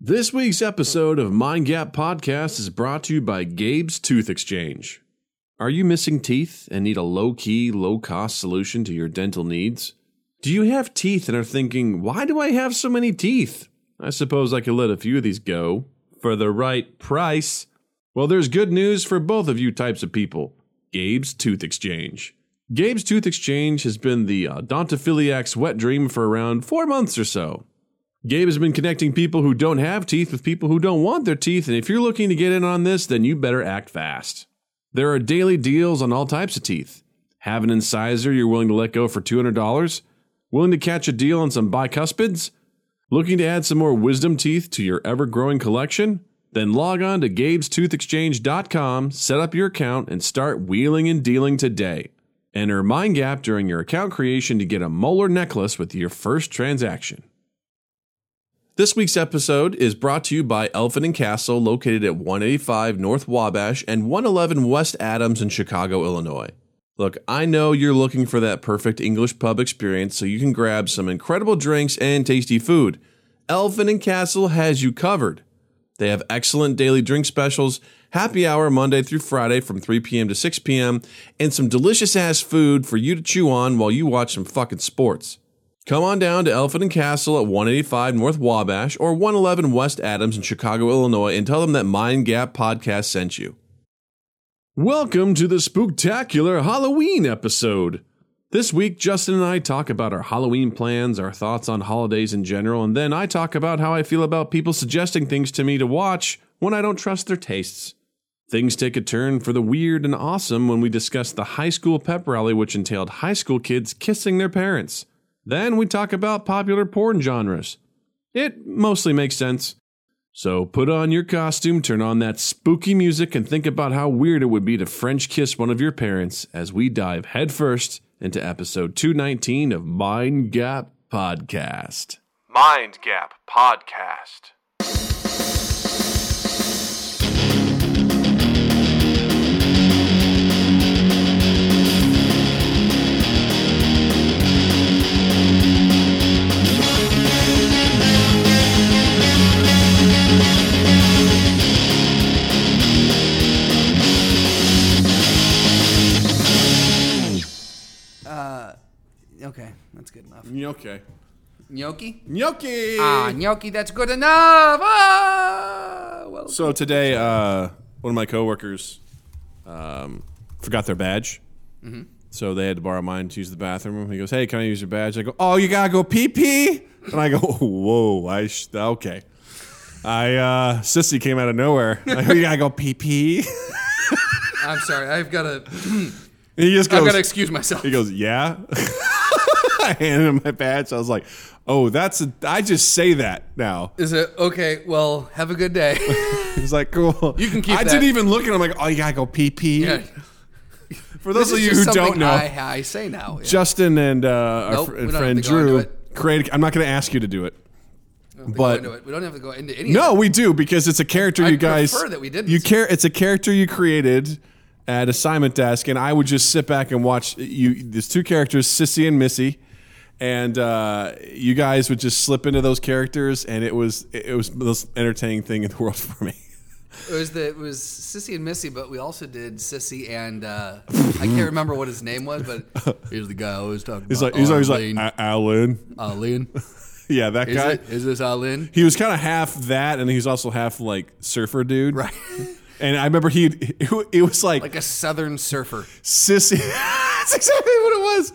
This week's episode of Mind Gap Podcast is brought to you by Gabe's Tooth Exchange. Are you missing teeth and need a low key, low cost solution to your dental needs? Do you have teeth and are thinking, why do I have so many teeth? I suppose I could let a few of these go for the right price. Well, there's good news for both of you types of people Gabe's Tooth Exchange. Gabe's Tooth Exchange has been the odontophiliac's wet dream for around four months or so. Gabe has been connecting people who don't have teeth with people who don't want their teeth, and if you're looking to get in on this, then you better act fast. There are daily deals on all types of teeth. Have an incisor you're willing to let go for $200? Willing to catch a deal on some bicuspids? Looking to add some more wisdom teeth to your ever growing collection? Then log on to Gabe'sToothExchange.com, set up your account, and start wheeling and dealing today. Enter MindGap during your account creation to get a molar necklace with your first transaction. This week's episode is brought to you by Elfin and Castle, located at 185 North Wabash and 111 West Adams in Chicago, Illinois. Look, I know you're looking for that perfect English pub experience so you can grab some incredible drinks and tasty food. Elfin and Castle has you covered. They have excellent daily drink specials, happy hour Monday through Friday from 3 p.m. to 6 p.m., and some delicious ass food for you to chew on while you watch some fucking sports. Come on down to Elephant and Castle at 185 North Wabash or 111 West Adams in Chicago, Illinois, and tell them that Mind Gap Podcast sent you. Welcome to the spooktacular Halloween episode. This week, Justin and I talk about our Halloween plans, our thoughts on holidays in general, and then I talk about how I feel about people suggesting things to me to watch when I don't trust their tastes. Things take a turn for the weird and awesome when we discuss the high school pep rally, which entailed high school kids kissing their parents. Then we talk about popular porn genres. It mostly makes sense. So put on your costume, turn on that spooky music, and think about how weird it would be to French kiss one of your parents as we dive headfirst into episode 219 of Mind Gap Podcast. Mind Gap Podcast. Okay, that's good enough. Gnocchi. Gnocchi? Gnocchi! Ah, gnocchi, that's good enough. Ah, well, So today, uh, one of my coworkers um, forgot their badge, Mm-hmm. so they had to borrow mine to use the bathroom. He goes, "Hey, can I use your badge?" I go, "Oh, you gotta go pee pee," and I go, "Whoa, I sh- okay." I uh, sissy came out of nowhere. I go, "You gotta go pee pee." I'm sorry. I've got to. He just I've goes, got to excuse myself. he goes, "Yeah." I handed him my badge. I was like, "Oh, that's a, I just say that now." Is it okay? Well, have a good day. He's like, "Cool." You can keep I that. didn't even look at him. Like, "Oh, you gotta go pee pee." Yeah. For those of It's you just who don't something know, I, I say now. Yeah. Justin and uh, our Nope, fr- we don't have friend to go into Drew it. created. I'm not going to ask you to do it. We don't But have to go into it. we don't have to go into any. no, we do because it's a character I'd you guys. prefer that we didn't. You care. It's a character you created at assignment desk, and I would just sit back and watch you. There's two characters, Sissy and Missy, and uh, you guys would just slip into those characters, and it was it was the most entertaining thing in the world for me. It was the it was Sissy and Missy, but we also did Sissy and uh, I can't remember what his name was, but he's the guy I always talk about. He's like he's always like Arlene. "A- Alan. Arlene. Yeah, that Is guy. it? Is this Arlene? He was kind of half that, and he's also half like surfer dude, Right. And I remember he, it was like, Like a southern surfer. Sissy. That's exactly what it was.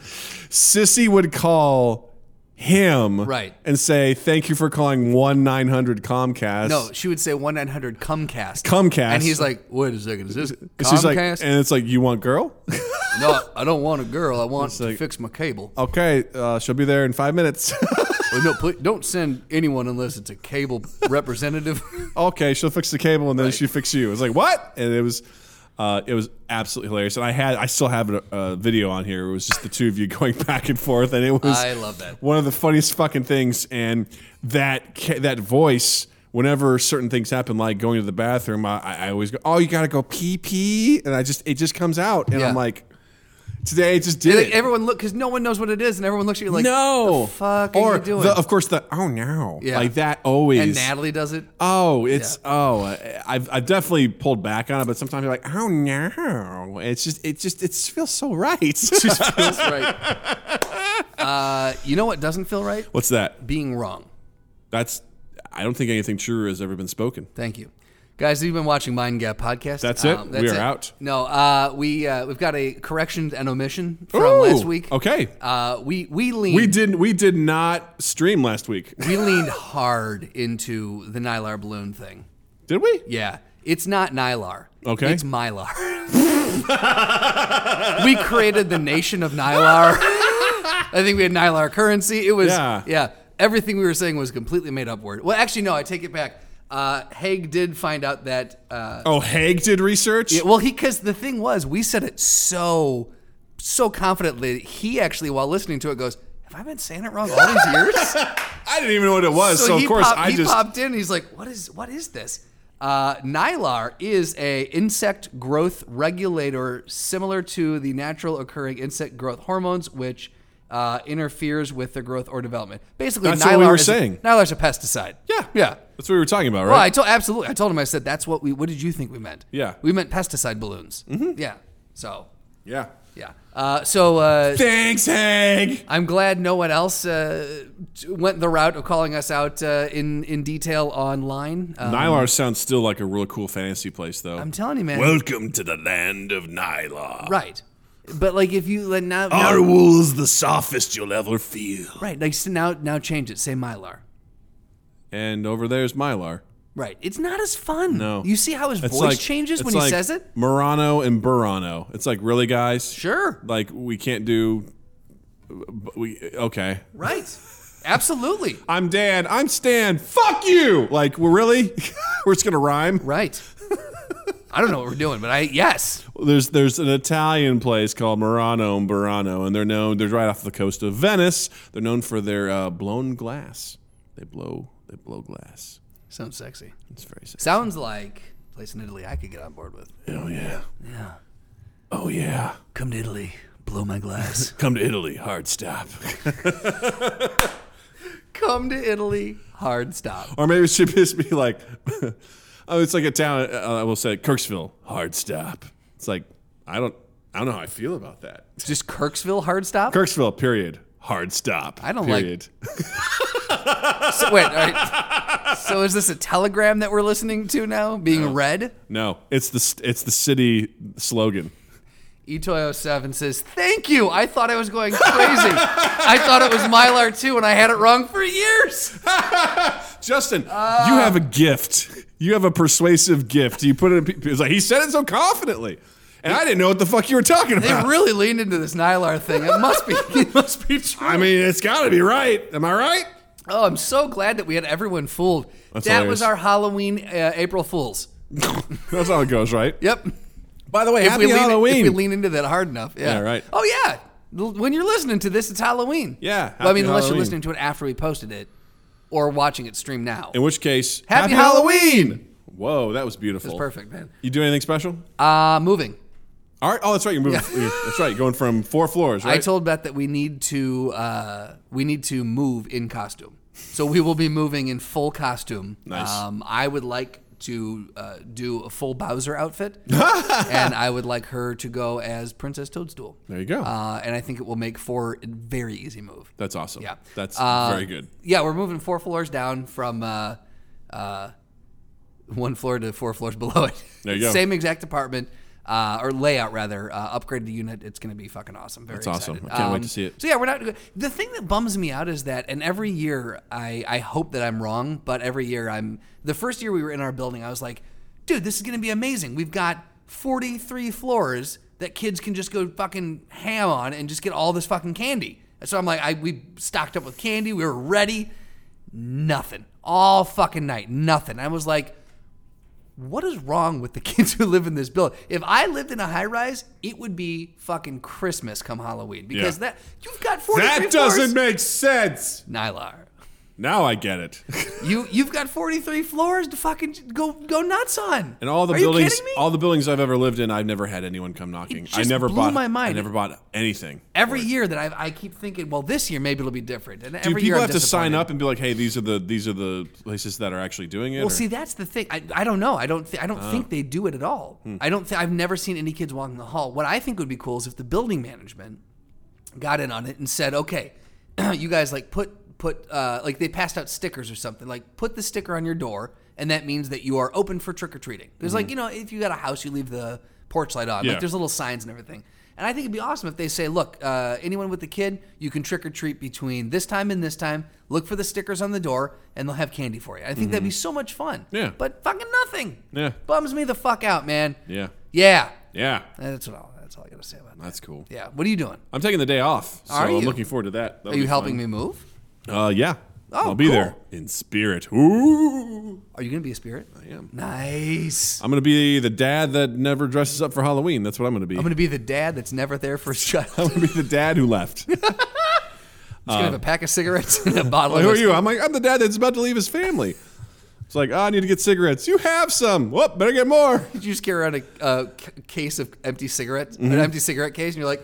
Sissy would call him Right. and say, "Thank you for calling one nine hundred Comcast." No, she would say one nine hundred Comcast. Comcast. And he's like, wait a second, is this And she's like, Comcast? and it's like, "You want girl? no, I don't want a girl. I want to like- fix my cable. okay, uh, she'll be there in five minutes. Well, no, please, don't send anyone unless it's a cable representative. okay, she'll fix the cable and then she fix you." It's like what? And it was. Uh, it was absolutely hilarious, and I had I still have a, a video on here. It was just the two of you going back and forth, and it was I love that. one of the funniest fucking things and that ca- that voice whenever certain things happen like going to the bathroom i, I always go oh you gotta go pee pee and i just it just comes out and Yeah. i'm like Today I just did Like, it. everyone look because no one knows what it is, and everyone looks at you like, no. the fuck or are you doing?" The, of course the oh no. Yeah. Like that always. and Natalie does it. Oh, it's oh, I- I've I've definitely pulled back on it, but sometimes you're like, oh no, it's just it just it feels so right. That's right. Uh, you know what doesn't feel right? What's that? Being wrong. That's I don't think anything truer has ever been spoken. Thank you. Guys, you've been watching Mind Gap Podcast. Um, That's it? We are out. No, uh, we uh, we've got a correction and omission from Ooh, last week. okay. Uh, we we leaned We didn't we did not stream last week. we leaned hard into the Nylar balloon thing. Did we? Yeah. It's not Nylar. Okay. It's Mylar. we created the nation of Nylar. I think we had Nylar currency. It was Yeah. yeah. Everything we were saying was completely made up word. Well, actually, no. I take it back. Uh, Haig did find out that. Uh, Oh, Haig did research? yeah, well, he because the thing was, we said it so so confidently. that He actually, while listening to it, goes, "Have I been saying it wrong all these years?" I didn't even know what it was, Uh, so, he of course popped, I he just popped in. And he's like, "What is what is this?" Uh, Nylar is a insect growth regulator similar to the natural occurring insect growth hormones, which uh, interferes with their growth or development. Basically, That's Nylar what we were is a- saying. Nylar's a pesticide. Yeah. yeah. That's what we were talking about, right? Well, I told absolutely. I told him. I said, "That's what we. What did you think we meant?" Yeah. we meant pesticide balloons. Mm-hmm. Yeah. So, yeah. yeah. Uh, so uh, Thanks, Haig. I'm glad no one else uh, t- went the route of calling us out uh, in in detail online. Um, Nylar sounds still like a really cool fantasy place though. I'm telling you, man. Welcome to the land of Nyla. right. But like, if you like now, now- Our wool's the softest you'll ever feel. right, like so now now change it. Say Mylar. and over there's Mylar. Right. It's not as fun. No. You see how his It's voice like- changes it's when he like says it. Murano and Burano. It's like really guys. Sure. Like we can't do but we okay. Right. Absolutely. I'm Dan. I'm Stan. Fuck you. Like, we're really, we're just gonna rhyme. Right. I don't know what we're doing, but I yes. There's there's an Italian place called Murano and Burano, and they're known. They're right off the coast of Venice. They're known for their uh, blown glass. They blow they blow glass. Sounds sexy. It's very sick. Sounds like a place in Italy I could get on board with. Oh yeah. Yeah. Oh yeah. Come to Italy, blow my glass. Come to Italy. Hard stop. Come to Italy, hard stop. or maybe it should just be like, oh, it's like a town. uh, I will say Kirksville. Hard stop. It's like I don't I don't know how I feel about that. Just Kirksville hard stop? Kirksville, period. Hard stop. I don't like- period. like. So, wait, all right. So is this a telegram that we're listening to now being read? No, it's the st- it's the city slogan. E Etoy07 says, Thank you. I thought I was going crazy. I thought it was Mylar too, and I had it wrong for years. Justin, Uh. you have a gift. You have a persuasive gift. You put it. In, pe- it's like he said it so confidently, and I didn't know what the fuck you were talking They about. really leaned into this Nylar thing. It must be it must be true. I mean, it's got to be right. Am I right? Oh, I'm so glad that we had everyone fooled. that hilarious. was our Halloween uh, April Fools. That's how it goes, right? Yep. By the way, If happy we, lean, Halloween. if we lean into that hard enough. Yeah. Yeah, right. Oh, yeah. L- When you're listening to this, it's Halloween. Yeah, Well, I happy mean, unless Halloween. you're listening to it after we posted it or watching it stream now. In which case, Happy Halloween! Whoa, that was beautiful. It's perfect, man. You do anything special? Uh, moving. All right. Oh, that's right. You're moving. you're- that's right. You're going from four floors. Right. I told Beth that we need to uh, we need to move in costume. So we will be moving in full costume. Nice. Um, I would like to uh, do a full Bowser outfit, and I would like her to go as Princess Toadstool. there you go. Uh, and I think it will make for a very easy move. that's awesome. Yeah. That's Uh, very good. Yeah, we're moving four floors down from uh, uh, one floor to four floors below it. There you go. Same exact apartment. Uh, or layout rather, uh, upgrade the unit. It's going to be fucking awesome. Very That's awesome. excited. Um, I can't wait to see it. So yeah, we're not. The thing that bums me out is that, and every year I I hope that I'm wrong, but every year I'm. The first year we were in our building, I was like, dude, this is going to be amazing. We've got 43 floors that kids can just go fucking ham on and just get all this fucking candy. So I'm like, I we stocked up with candy. We were ready. Nothing. All fucking night. Nothing. I was like what is wrong with the kids who live in this building? If I lived in a high rise, it would be fucking Christmas come Halloween because Yeah. that you've got 43 That doesn't floors. make sense. Nylar. Now I get it. You you've got 43 floors to fucking go go nuts on. And all the Are you buildings, kidding me? all the buildings I've ever lived in, I've never had anyone come knocking. I just never blew bought my mind. I never bought anything. every year that I I keep thinking, well, this year maybe it'll be different. And Do every year people I'm have to sign disappointed. up and be like, "Hey, these are the these are the places that are actually doing it"? Well, or- Uh. see, that's the thing. I, I don't know. I don't. Th- I don't think they do it at all. Hmm. I don't. Th- I've never seen any kids walking the hall. What I think would be cool is if the building management got in on it and said, "Okay, you guys like put put uh, like they passed out stickers or something. Like put the sticker on your door, and that means that you are open for trick or treating. Because like you know, if you got a house, you leave the porch light on. Mm-hmm. Yeah. Like there's little signs and everything. And I think it'd be awesome if they say, "Look, uh, anyone with a kid, you can trick or treat between this time and this time. Look for the stickers on the door, and they'll have candy for you." I think that'd be so much fun. Mm-hmm. Yeah. But fucking nothing. Yeah. Bums me the fuck out, man. yeah, Yeah. yeah, That's what all. That's all I gotta say about that. that's cool. Yeah. What are you doing? I'm taking the day off, so Are I'm you? looking forward to that. Are you helping me move? me? Uh, yeah, Oh, I'll be cool. there in spirit. Ooh, Are you gonna be a spirit? I am. Nice. I'm gonna be the dad that never dresses up for Halloween. That's what I'm gonna be. I'm gonna be the dad that's never there for his child. He's I'm gonna be the dad who left. gonna have a pack of cigarettes and a bottle. Like, of Uh, who are you? whiskey. I'm like, I'm the dad that's about to leave his family. It's like, "Ah, I need to get cigarettes. You have some. Whoop, better get more. Did you just carry around a, a c- case of empty cigarettes, an empty cigarette case, and you're like,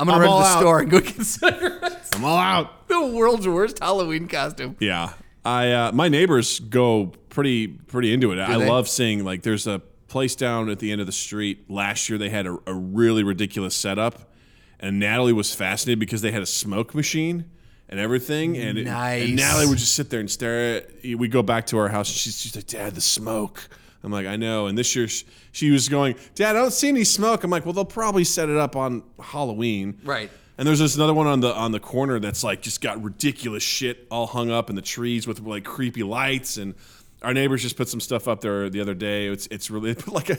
I'm gonna Mm-hmm. I'm run to all the out. store and go get cigarettes. I'm all out. the world's worst Halloween costume. Yeah. I uh, my neighbors go pretty pretty into it. I they? love seeing like there's a place down at the end of the street. Last year they had a, a really ridiculous setup, and Natalie was fascinated because they had a smoke machine and everything. And, it- Nice. and Natalie would just sit there and stare at. We go back to our house. And she's, she's like, "Dad, the smoke." I'm like, "I know." And this year she, she was going, "Dad, I don't see any smoke." I'm like, "Well, they'll probably set it up on Halloween." Right. And there's this another one on the on the corner that's like just got ridiculous shit all hung up in the trees with like creepy lights and our neighbors just put some stuff up there the other day. It's it's really they put like a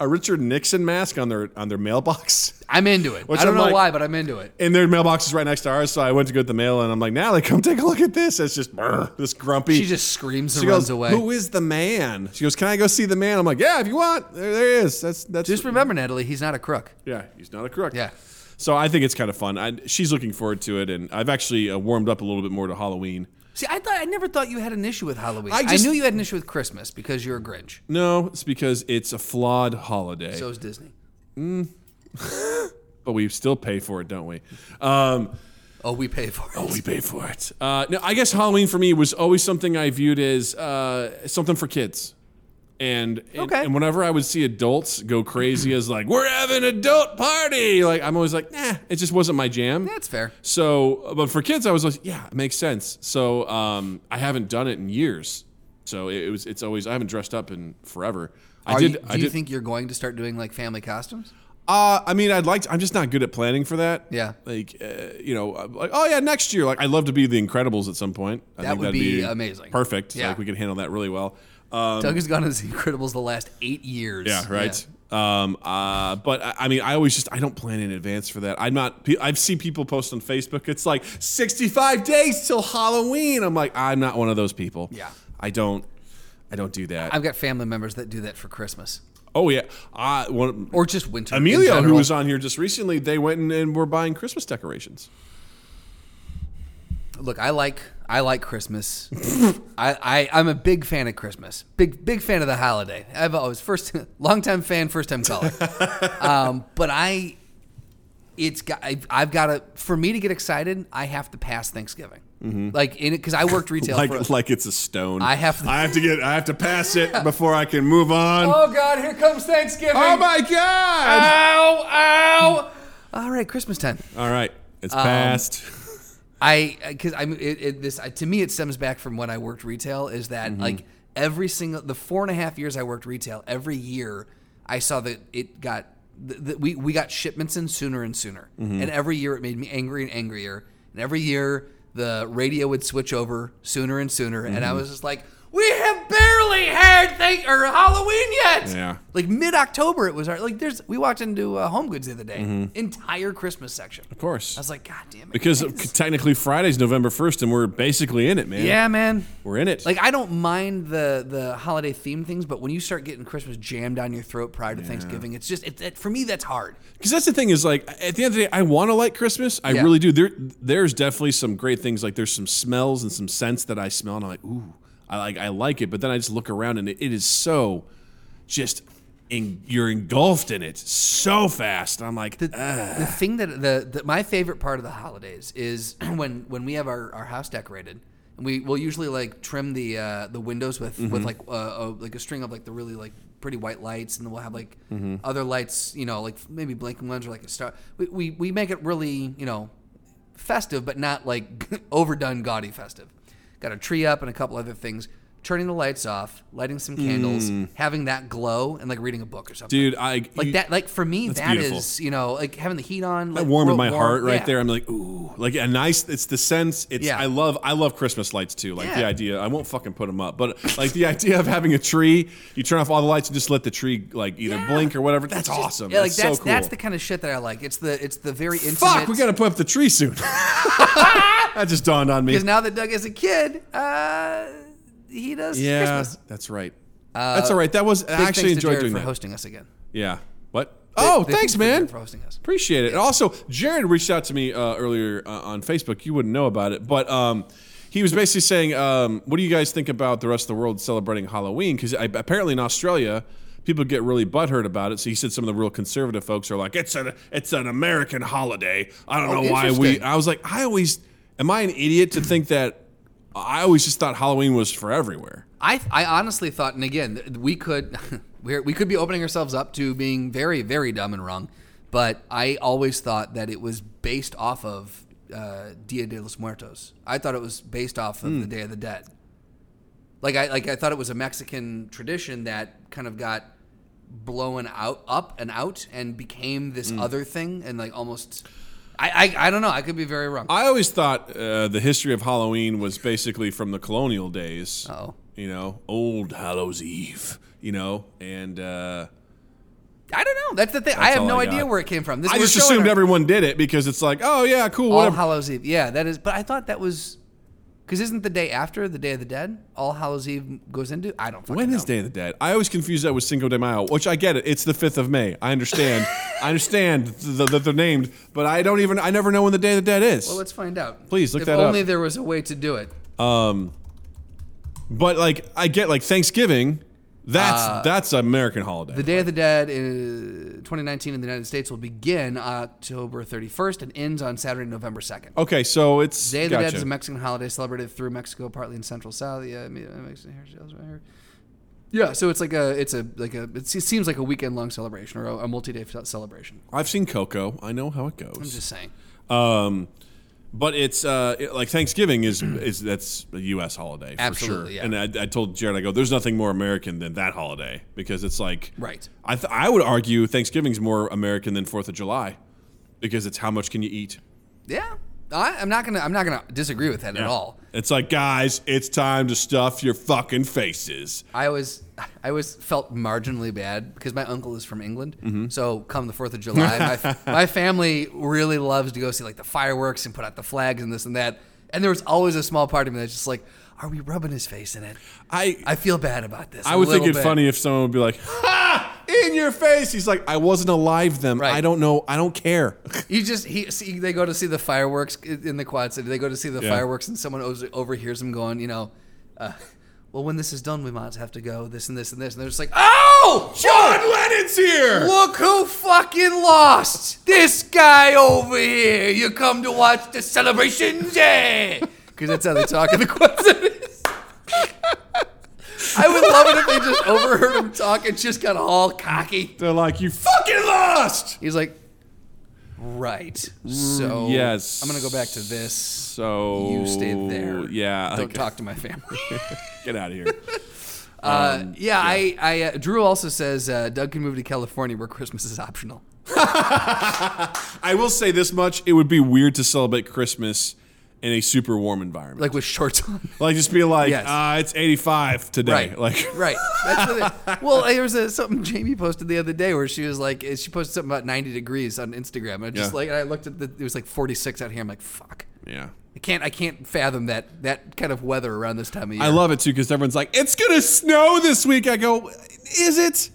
a Richard Nixon mask on their on their mailbox. I'm into it. Which I don't I'm know like- why, but I'm into it. And their mailbox is right next to ours, so I went to go get the mail and I'm like, Natalie, come take a look at this. It's just brr, this grumpy She just screams and she runs goes, away. Who is the man? She goes, Can I go see the man? I'm like, Yeah, if you want. There, there he is. That's that's just remember, Natalie, he's not a crook. Yeah, he's not a crook. Yeah. So I think it's kind of fun. I, she's looking forward to it, and I've actually uh, warmed up a little bit more to Halloween. See, I thought I never thought you had an issue with Halloween. I I, just- knew you had an issue with Christmas because you're a Grinch. No, it's because it's a flawed holiday, So is Disney. but we still pay for it, don't we? Um, Oh, we pay for it. we pay for it. Uh, no, I guess Halloween for me was always something I viewed as uh, something for kids. And, and Okay. and whenever I would see adults go crazy as like we're having an adult party, like I'm always like, nah, it just wasn't my jam. That's fair. So, but for kids, I was like, yeah, it makes sense. So, um, I haven't done it in years. So it, it was, it's always, I haven't dressed up in forever. I Are did, you, do I you did, think you're going to start doing like family costumes? uh, I mean, I'd like to, I'm just not good at planning for that. Yeah. Like, uh, you know, I'm like, oh yeah, next year. Like, I'd love to be the Incredibles at some point. I That think would that'd be amazing. Perfect. Yeah. Yeah. Like, we could handle that really well. Um, Doug has gone to the Incredibles the last eight years. yeah, right. Um, uh, but I, I mean, I always just I don't plan in advance for that. I'm not. pe- I've seen people post on Facebook. It's like 65 days till Halloween. I'm like, I'm not one of those people. Yeah. I don't. I don't do that. I've got family members that do that for Christmas oh yeah. I one. or just winter. in Emilio, who general. was on here just recently, they went and, and were buying Christmas decorations. look, I like I like Christmas. I, I I'm a big fan of Christmas. Big big fan of the holiday. I've always first long time fan, first time caller. um, but I, it's got I've, I've got to for me to get excited. I have to pass Thanksgiving. Like in it because I worked retail. Mm-hmm. Like for, like it's a stone. I have to- I have to get. I have to pass it before I can move on. Oh, oh God, here comes Thanksgiving. my god! Ow ow. Um, All right, Christmas time. All right, it's passed. I because I'm it, it, this I, to me it stems back from when I worked retail is that like every single the four and a half years I worked retail every year I saw that it got th that we we got shipments in sooner and sooner and every year it made me angry and angrier and every year the radio would switch over sooner and sooner and I was just like we have barely already had thing or Halloween yet. Yeah. Like mid October, it was our, like there's we walked into uh, Home Goods the other day, entire Christmas section. Of course. I was like, God damn it, because guys." technically Friday's November 1st and we're basically in it, man. yeah, man. We're in it. Like I don't mind the the holiday themed things, but when you start getting Christmas jammed down your throat prior to Thanksgiving, it's just it, it, for me that's hard. Because that's the thing is like at the end of the day, I want to like Christmas. I Yeah. really do. There, there's definitely some great things. Like there's some smells and some scents that I smell, and I'm like, ooh, I like, I like it. But then I just look around, and it, it is so, just, in, you're engulfed in it so fast. And I'm like, the thing that the, the my favorite part of the holidays is when when we have our, our house decorated and we will usually like trim the uh, the windows with with like uh, a, like a string of like the really like pretty white lights and then we'll have like other lights you know like maybe blinking ones or like a star we, we we make it really you know festive but not like overdone gaudy festive got a tree up and a couple other things turning the lights off lighting some candles having that glow and like reading a book or something dude, I like you- that like for me that is beautiful. you know like having the heat on That like, warmed real my warm- heart right yeah. there. I'm like, ooh, like a nice. It's the sense. It's Yeah. I love I love Christmas lights too. Like the Yeah. idea. I won't fucking put them up, but like the idea of having a tree. You turn off all the lights and just let the tree like either Yeah. blink or whatever. That's It's just- awesome. yeah, that's, like that's so cool. that's the kind of shit that i like it's the it's the very intimate Fuck, we gotta put up the tree soon. that just dawned on me. because now that doug is a kid uh he does yeah, christmas Uh, that's right. that's all right. That was I actually thanks to enjoyed Jared doing for that. hosting us again Yeah. What? oh, Big thanks, thanks to Jared man. for hosting us. Appreciate it. And also, Jared reached out to me uh, earlier uh, on Facebook. You wouldn't know about it, but um, he was basically saying, um, "What do you guys think about the rest of the world celebrating Halloween?" Because apparently in Australia. People get really butthurt about it. So he said some of the real conservative folks are like, "It's an it's an American holiday. I don't Oh, know why we." interesting. I was like, "I always am I an idiot to think that? I always just thought Halloween was for everywhere." I, I honestly thought, and again, th- we could we're, we could be opening ourselves up to being very very dumb and wrong, but I always thought that it was based off of uh, Dia de los Muertos. I thought it was based off of Hmm. the Day of the Dead. Like I like I thought it was a Mexican tradition that kind of got blown out up and out and became Hmm. this other thing and like almost. I, I, I don't know. I could be very wrong. I always thought uh, the history of Halloween was basically from the colonial days. Uh-oh. You know, old Hallows Eve. You know, and uh, I don't know. That's the thing. I have all no I idea got. where it came from. This, I we're just showing assumed our- everyone did it because it's like, oh yeah, cool, All whatever. Hallows Eve. Yeah, that is. But I thought that was because isn't the day after the Day of the Dead? All Hallows Eve goes into. I don't. Fucking when know. is Day of the Dead? I always confuse that with Cinco de Mayo, which I get it. It's the fifth of May. I understand. I understand th- th- that they're named, but I don't even. I never know when the Day of the Dead is. Well, let's find out. Please, look if that up. only there was a way to do it. but like, I get like Thanksgiving. That's that's an American holiday. Uh, The Day of the Dead in 2019 in the United States will begin October 31st and ends on Saturday, November 2nd. okay, so it's Day of the Dead Oh, gotcha. is a Mexican holiday celebrated through Mexico, partly in Central South. Yeah, I mean, uh, Mexican heritage elsewhere here. Yeah, so it's like a, it's a, like a, it se- seems like a weekend long celebration or a, a multi day celebration. I've seen Coco. I know how it goes. I'm just saying. Um, but it's uh, it- like Thanksgiving is is that's a U.S. holiday for sure. Absolutely, yeah. And I, I told Jared, I go, there's nothing more American than that holiday because it's like Right. I th- I would argue Thanksgiving's more American than Fourth of July because it's how much can you eat. Yeah, I, I'm not gonna I'm not gonna disagree with that at all. It's like guys, it's time to stuff your fucking faces. I always I always felt marginally bad because my uncle is from England. Mm-hmm. So come the Fourth of July, my, my family really loves to go see like the fireworks and put out the flags and this and that. And there was always a small part of me that's just like, are we rubbing his face in it? I I feel bad about this. I a would think little it bit. funny if someone would be like, "Ha! In your face!" He's like, "I wasn't alive then. Right. I don't know. I don't care." You just he see, they go to see the fireworks in the Quad City. They go to see the Yeah. fireworks, and someone over- overhears them going, you know, uh, well, when this is done, we might have to go this and this and this. And they're just like, oh, John Lennon's here. Look who fucking lost! This guy over here! You come to watch the celebrations, yeah! Because that's how they talk in the Quetzalcoatlus. I would love it if they just overheard him talk and just got all cocky. They're like, "You fucking lost." He's like, right. So yes. I'm gonna go back to this. So You stay there. Yeah, Don't like, talk to my family. Get out of here. Uh, yeah, I, I uh, Drew also says uh, Doug can move to California where Christmas is optional. I will say this much: it would be weird to celebrate Christmas in a super warm environment. Like, like with shorts on. just be like, Yes. uh, it's 85 today. Right. Like, Right. That's what it, well, there was a, something Jamie posted the other day where she was like, eh, she posted something about 90 degrees on Instagram. I just Yeah. like, and I looked at the, it was like 46 out here. I'm like, fuck. yeah. I can't, I can't fathom that that kind of weather around this time of year. I love it too because everyone's like, it's going to snow this week. I go, is it?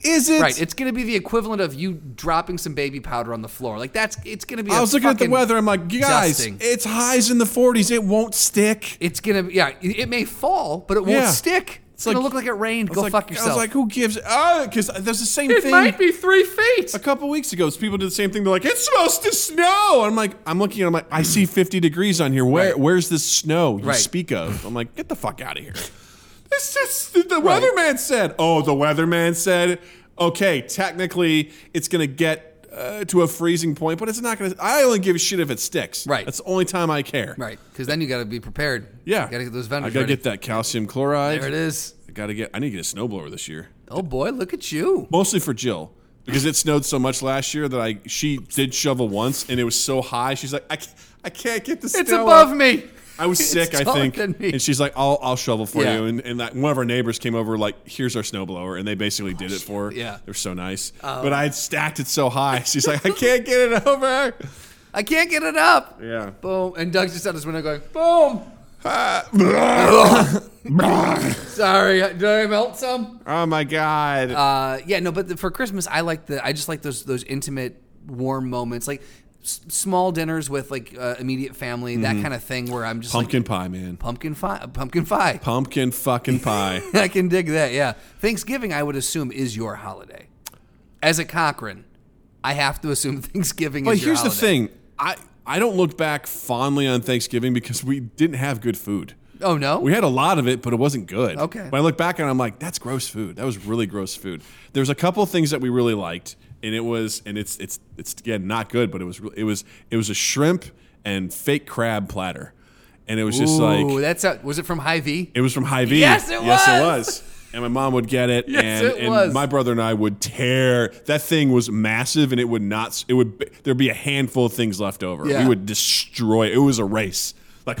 Is it? Right, it's going to be the equivalent of you dropping some baby powder on the floor. Like that's it's going to be. I a was looking at the fucking weather. I'm like, guys, dusting. it's highs in the 40s. It won't stick. It's gonna be yeah. It it may fall, but it won't Yeah. stick. It's, like- gonna look like it I rained. was Go like- fuck yourself. I was like, who gives? Ah, because there's the same it thing. might be three feet. a couple weeks ago, people did the same thing. They're like, "It's supposed to snow." I'm like, I'm looking. I'm like, I see 50 degrees on here. Where, Mm. Right. where's this snow you Right. speak of? I'm like, get the fuck out of here. This is the, the weatherman said. Oh, the weatherman said. Okay, technically, it's gonna get uh, to a freezing point, but it's not gonna. I only give a shit if it sticks. Right. That's the only time I care. Right, because then you got to be prepared. Yeah. got to get those I vendors. gotta ready. get that calcium chloride. There it is. I gotta get. I need to get a snowblower this year. Oh boy, look at you. mostly for Jill because it snowed so much last year that I she did shovel once and it was so high. She's like, I can't, I can't get the snow. It's above up." me. I was It's sick, I taller think, than me. and she's like, "I'll I'll shovel for Yeah. you." And and that, one of our neighbors came over, like, "Here's our snowblower," and they basically did it for her. Yeah. Oh. they were so nice. but I had stacked it so high, she's like, "I can't get it over." I can't get it up. Yeah. Boom. And Doug's just out his window going, boom. Sorry, did I melt some? oh my god! Uh, yeah, no, but the, for Christmas, I like the. I just like those those intimate, warm moments, like s- small dinners with like uh, immediate family, Mm-hmm. that kind of thing, where I'm just like, pumpkin pie, man. pumpkin pie, pumpkin pie. Pumpkin fucking pie. I can dig that. Yeah, Thanksgiving, I would assume, is your holiday. As a Cochrane, I have to assume Thanksgiving. But is your here's the holiday. thing: I I don't look back fondly on Thanksgiving because we didn't have good food. Oh no. We had a lot of it, but it wasn't good. Okay. When I look back on it, I'm like, that's gross food. That was really gross food. There's a couple of things that we really liked, and it was, and it's, it's, it's again not good, but it was, re- it was, it was a shrimp and fake crab platter, and it was just Ooh, like, that's a, was it from High V? it was from High V. Yes, it Yes, it was. was. And my mom would get it, Yes, and, it and was. my brother and I would tear. That thing was massive, and it would not. s- It would. be- There'd be a handful of things left over. Yeah. We would destroy. It was a race. Like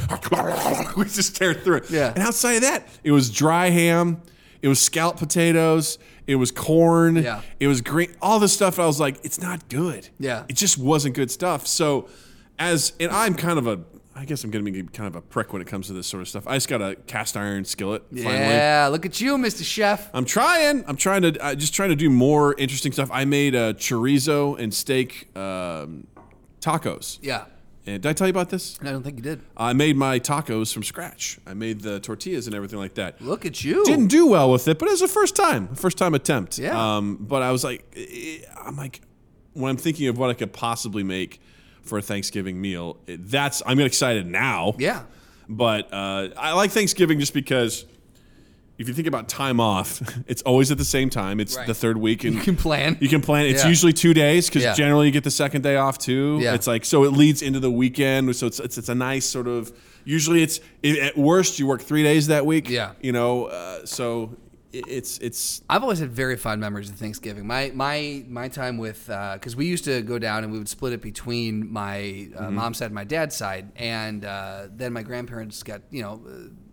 we just tear through it. Yeah. And outside of that, it was dry ham. It was scalloped potatoes. It was corn. Yeah. It was green. All this stuff. I was like, it's not good. Yeah. It just wasn't good stuff. So, as and I'm kind of a, I guess I'm going to be kind of a prick when it comes to this sort of stuff. I just got a cast iron skillet. Finally. Yeah, look at you, Mr. Chef. I'm trying. I'm trying to uh, just trying to do more interesting stuff. I made uh, chorizo and steak um, tacos. Yeah, And did I tell you about this? I don't think you did. I made my tacos from scratch. I made the tortillas and everything like that. Look at you. Didn't do well with it, but it was a first time, first time attempt. Yeah. Um, but I was like, eh, I'm like, when I'm thinking of what I could possibly make for a Thanksgiving meal, it- that's I'm excited now. yeah, But uh, I like Thanksgiving just because if you think about time off, it's always at the same time. It's Right. the third week, and you can plan. you can plan. It's Yeah. usually two days because Yeah. generally you get the second day off too. Yeah. It's like so it leads into the weekend, so it's it's, it's a nice sort of. Usually, it's i at worst you work three days that week. Yeah. you know, uh, so i- it's it's I've always had very fond memories of Thanksgiving. My my my time with because we used to go down and we would split it between my uh, mom's side and my dad's side, and uh, then my grandparents got you know uh,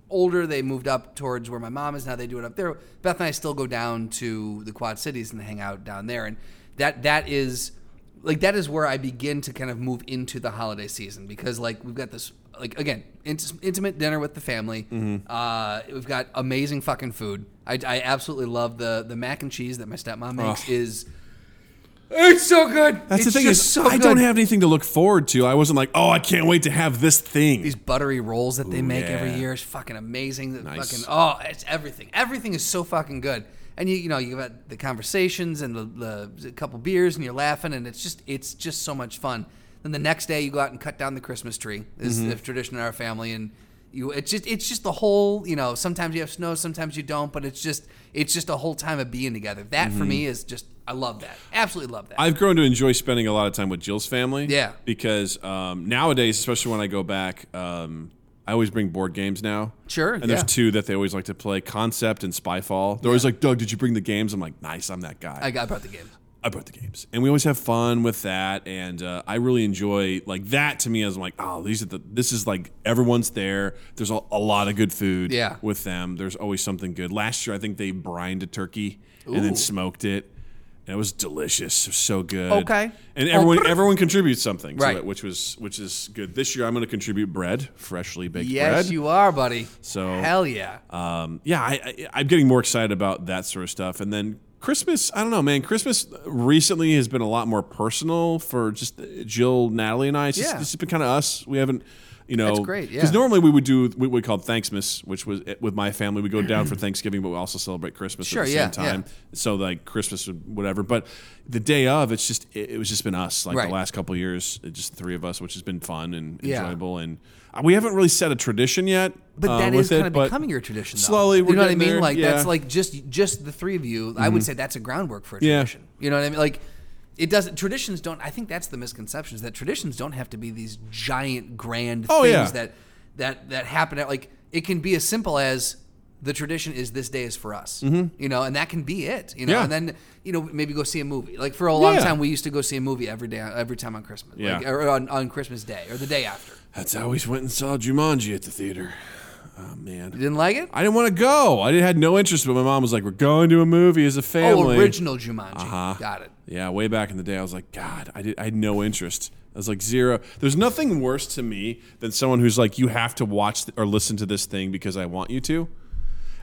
older. They moved up towards where my mom is now. They do it up there. Beth and I still go down to the Quad Cities and hang out down there, and that that is like that is where I begin to kind of move into the holiday season because like we've got this like again int- intimate dinner with the family. Mm-hmm. Uh, we've got amazing fucking food. I, I absolutely love the the mac and cheese that my stepmom makes. Is it's so good. that's It's the thing just is so I don't good. have anything to look forward to. I wasn't like oh I can't wait to have this thing. these buttery rolls that they make every yeah. year is fucking amazing. The Nice. fucking oh, it's everything. Everything is so fucking good. And you you know you got the conversations and the, the couple beers and you're laughing and it's just it's just so much fun. Then the next day you go out and cut down the Christmas tree. This Mm-hmm. is the tradition in our family and you it's just it's just the whole you know sometimes you have snow sometimes you don't but it's just it's just a whole time of being together. That for Mm-hmm. me is just I love that. Absolutely love that. I've grown to enjoy spending a lot of time with Jill's family. Yeah. Because um, nowadays, especially when I go back, um, I always bring board games now. Sure, And there's yeah. two that they always like to play Concept and Spyfall. They're always like, Doug, did you bring the games? I'm like, nice, I'm that guy. I got about the game. I brought the games, and we always have fun with that. And uh, I really enjoy like that. To me, as I'm like, oh, these are the. This is like everyone's there. There's a, a lot of good food. Yeah. with them, there's always something good. Last year, I think they brined a turkey and then smoked it. And it was delicious. It was so good. Okay. Oh. And everyone everyone contributes something to Right. it, which was which is good. This year I'm going to contribute bread, freshly baked bread. Yes, you are, buddy. So- hell yeah. Um, yeah, I, I, I'm getting more excited about that sort of stuff. And then Christmas, I don't know, man. Christmas recently has been a lot more personal for just uh, Jill, Natalie, and I. It's just- Yeah. this has been kind of us. We haven't, you know, That's great, yeah. Because normally we would do what we called Thanksmas, which was eh, with my family. We go down for Thanksgiving, but we also celebrate Christmas Sure, at the yeah, same yeah. time. So like Christmas, or whatever. But the day of, it's just it, it was just been us. Like Right. the last couple of years, it's just the three of us, which has been fun and Yeah. enjoyable. And uh, we haven't really set a tradition yet. But that uh, with is it, kind of but- becoming your tradition. Though. Slowly, we're you know what I getting mean? there, Like yeah. Mm-hmm. that's like just just the three of you. I would say that's a groundwork for a Yeah. tradition. You know what I mean? Like it doesn't. Traditions don't. I think that's the misconception is that traditions don't have to be these giant grand Oh, things yeah. that that that happen at like it can be as simple as the tradition is this day is for us. Mm-hmm. You know, and that can be it. You know, Yeah. and then you know maybe go see a movie. Like for a long Yeah. time, we used to go see a movie every day, every time on Christmas, Yeah. like, or on, on Christmas Day or the day after. That's how we went and saw Jumanji at the theater. Oh man, You didn't like it? I didn't want to go. I had no interest, but my mom was like, "We're going to a movie as a family." Uh-huh. Oh, original Jumanji. Got it. Yeah, way back in the day, I was like, God, I did. I had no interest. I was like zero. There's nothing worse to me than someone who's like, you have to watch th- or listen to this thing because I want you to.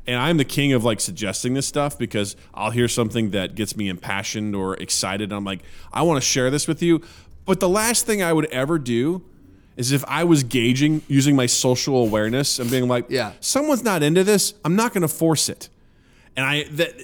And I'm the king of like suggesting this stuff because I'll hear something that gets me impassioned or excited. And I'm like, I want to share this with you. But the last thing I would ever do is if I was gauging using my social awareness and being like, Yeah. someone's not into this, I'm not going to force it. And I that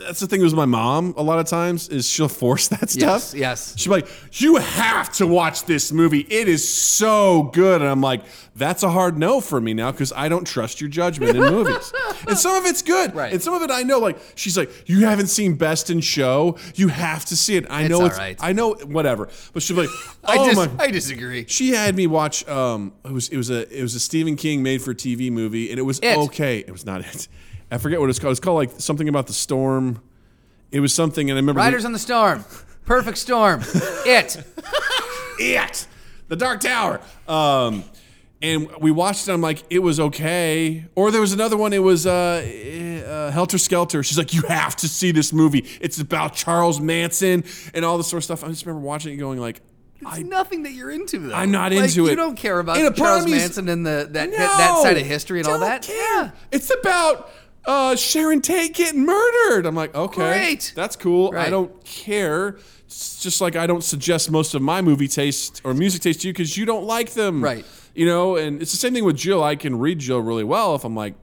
that's the thing with my mom a lot of times is she'll force that stuff. Yes, yes. She'll be like, "You have to watch this movie. It is so good." And I'm like, "That's a hard no for me now because I don't trust your judgment in movies." And some of it's good, Right. And some of it I know. Like she's like, "You haven't seen Best in Show. You have to see it." I know all it's right. I know whatever, but she'll be like, "Oh I, dis- my." I disagree. she had me watch. Um, it was it was a it was a Stephen King made for TV movie, and it was It. okay. It was not it. I forget what it was called. It's called like something about the storm. It was something, and I remember Riders on the Storm. Perfect Storm. it. it, the Dark Tower. Um, and we watched it. I'm like, it was okay. Or there was another one. It was uh, eh, uh, Helter Skelter. She's like, you have to see this movie. It's about Charles Manson and all this sort of stuff. I just remember watching it, and going like, It's nothing that you're into, though. I'm not Like, into it. You don't care about And a part of Charles me is- Manson and the that, that that No, side of history and all don't that. care. Yeah. It's about uh, Sharon Tate getting murdered. I'm like, okay, Great. that's cool. I Right. don't care. It's just like I don't suggest most of my movie taste or music taste to you because you don't like them, Right. You know, and it's the same thing with Jill. I can read Jill really well if I'm like.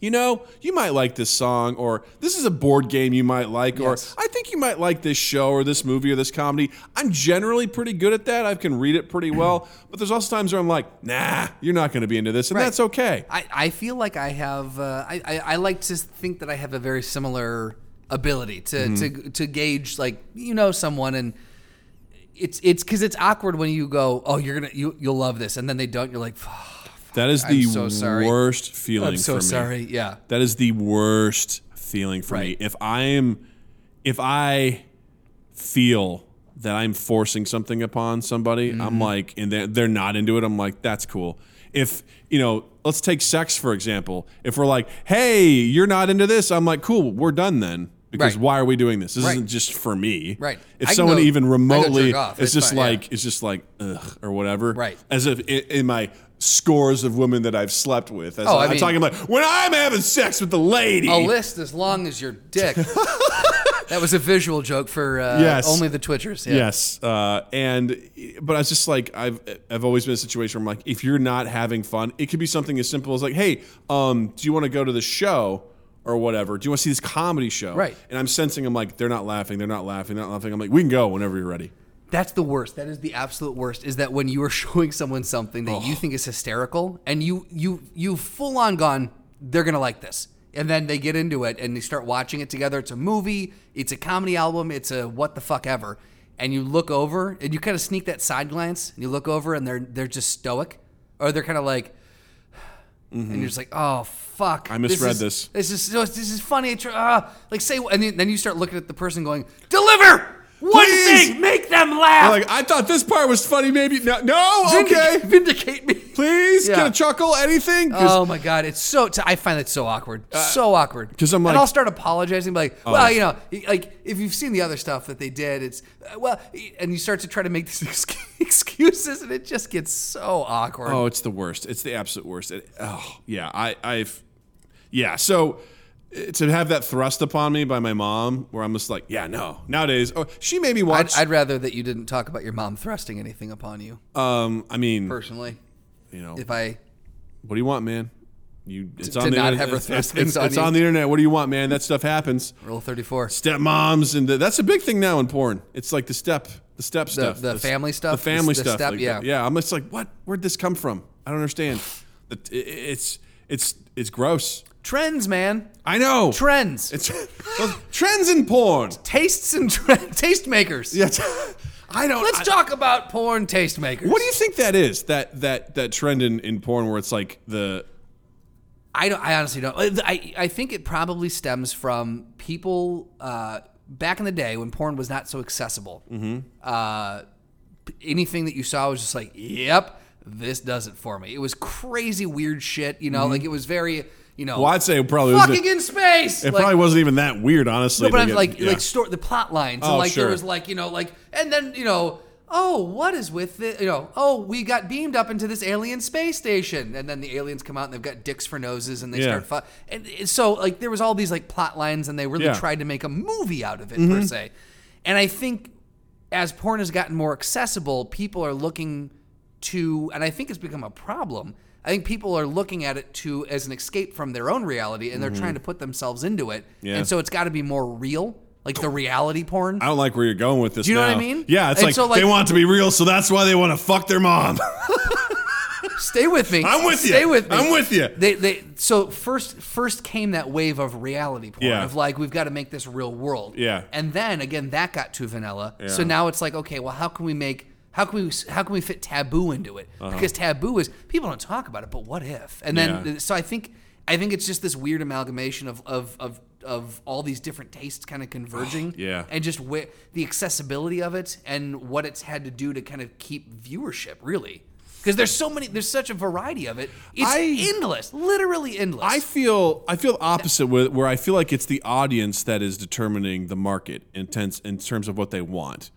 You know, you might like this song, or this is a board game you might like, Yes. or I think you might like this show or this movie or this comedy. I'm generally pretty good at that. I can read it pretty well. But there's also times where I'm like, nah, you're not going to be into this. And Right. that's okay. I, I feel like I have. Uh, I, I I like to think that I have a very similar ability to Mm-hmm. to to gauge like you know someone and. It's it's because it's awkward when you go oh you're gonna you you'll love this and then they don't you're like That is I'm the so sorry. worst feeling I'm so for me. sorry yeah That is the worst feeling for Right. me. If I am, if I feel that I'm forcing something upon somebody, I'm Mm-hmm. like, and they're, they're not into it, I'm like, that's cool. If, you know, let's take sex for example. If we're like, hey, you're not into this, I'm like, cool, we're done then. Because Right. why are we doing this? This Right. isn't just for me. Right. If I can someone go- I even go remotely jerk off. it's It's just fine, yeah. like it's just like ugh or whatever. Right. As if in, in my scores of women that I've slept with. As Oh, I I'm mean- talking like when I'm having sex with the lady. A list as long as your dick. that was a visual joke for uh, Yes. only the Twitchers. Yeah. Yes, uh, and but I was just like I've I've always been in a situation where I'm like if you're not having fun, it could be something as simple as like, hey, um, do you want to go to the show or whatever? Do you want to see this comedy show? Right. And I'm sensing I'm like they're not laughing, they're not laughing, they're not laughing. I'm like we can go whenever you're ready. That's the worst. That is the absolute worst. Is that when you are showing someone something that you think is hysterical and you you you full on gone, they're gonna like this. And then they get into it and they start watching it together. It's a movie, it's a comedy album, it's a what the fuck ever. And you look over and you kind of sneak that side glance and you look over and they're they're just stoic. Or they're kind of like and you're just like, oh fuck, I misread is- this. This is so- this is funny. It's- Uh, like say, and then- then you start looking at the person going, deliver one Please! thing, make them laugh. I'm like, I thought this part was funny. Maybe no, no Vindicate- okay. vindicate me. Please, Yeah. get a chuckle? Anything? 'Cause- Oh my god, it's so. T- I find that so awkward, so awkward. 'cause Uh, I'm and like- Oh. I'll start apologizing, be like, well, you know, y- like if you've seen the other stuff that they did, it's uh, well, y- and you start to try to make these ex- excuses, and it just gets so awkward. Oh, it's the worst. It's the absolute worst. It, oh, yeah. I, I've, yeah. So eh, to have that thrust upon me by my mom, where I'm just like, yeah, no. Nowadays, oh, she made me I'd, watch. I'd rather that you didn't talk about your mom thrusting anything upon you um, I mean, personally. you know, If I what do you want, man? You, it's on to the not internet. have her It's- thrust it's, things it's, on it's you. on the internet. What do you want, man? That stuff happens. roll thirty-four, Stepmoms and the, that's a big thing now in porn. It's like the step, the step stuff, the family the stuff, family the- the stuff. step, like, yeah. yeah. I'm just like, what? Where'd this come from? I don't understand. The- it- It's it's it's gross. trends, man, I know. trends, It's well, trends in porn. tastes and trend, taste makers. Yeah, I don't. Let's I- talk about porn taste makers. What do you think that is? That that that trend in, in porn where it's like the I don't. I honestly don't. uh, I I think it probably stems from people uh, back in the day when porn was not so accessible. Mm-hmm. Uh, p- anything that you saw was just like, "Yep, this does it for me." It was crazy, weird shit. You know, like it was very, you know, well, I'd say Mm-hmm. it probably wasn't- fucking in space. it like, probably wasn't even that weird, honestly. no, but to I'm get- like yeah. like store the plot lines. And Oh, like sure. there was like you know like and then you know oh what is with the you know oh we got beamed up into this alien space station and then the aliens come out and they've got dicks for noses and they Yeah. start fu- and and so like there was all these like plot lines and they really Yeah. Mm-hmm. tried to make a movie out of it per se, and I think as porn has gotten more accessible, people are looking to, and I think it's become a problem. I think people are looking at it to as an escape from their own reality, and they're trying to put themselves into it. Mm-hmm. Yeah. And so it's got to be more real, like Oh. the reality porn. I don't like where you're going with this. Do you know what I now. mean? Yeah, it's And like, so, like- they want it to be real, so that's why they want to fuck their mom. Stay with me. I'm with you. Stay with me. I'm with you. They, they, so first, first came that wave of reality porn Yeah. of like we've got to make this real world. Yeah. And then again, that got too vanilla. So now it's like, okay, well, how can we make? How can we? How can we fit taboo into it? Uh-huh. Because taboo is people don't talk about it, but what if? And then Yeah. so I think I think it's just this weird amalgamation of of of of all these different tastes kind of converging. Yeah. And just where the accessibility of it and what it's had to do to kind of keep viewership really. Because there's so many, there's such a variety of it. It's I- endless, literally endless. I feel I feel opposite with where I feel like it's the audience that is determining the market in tense, in terms of what they want.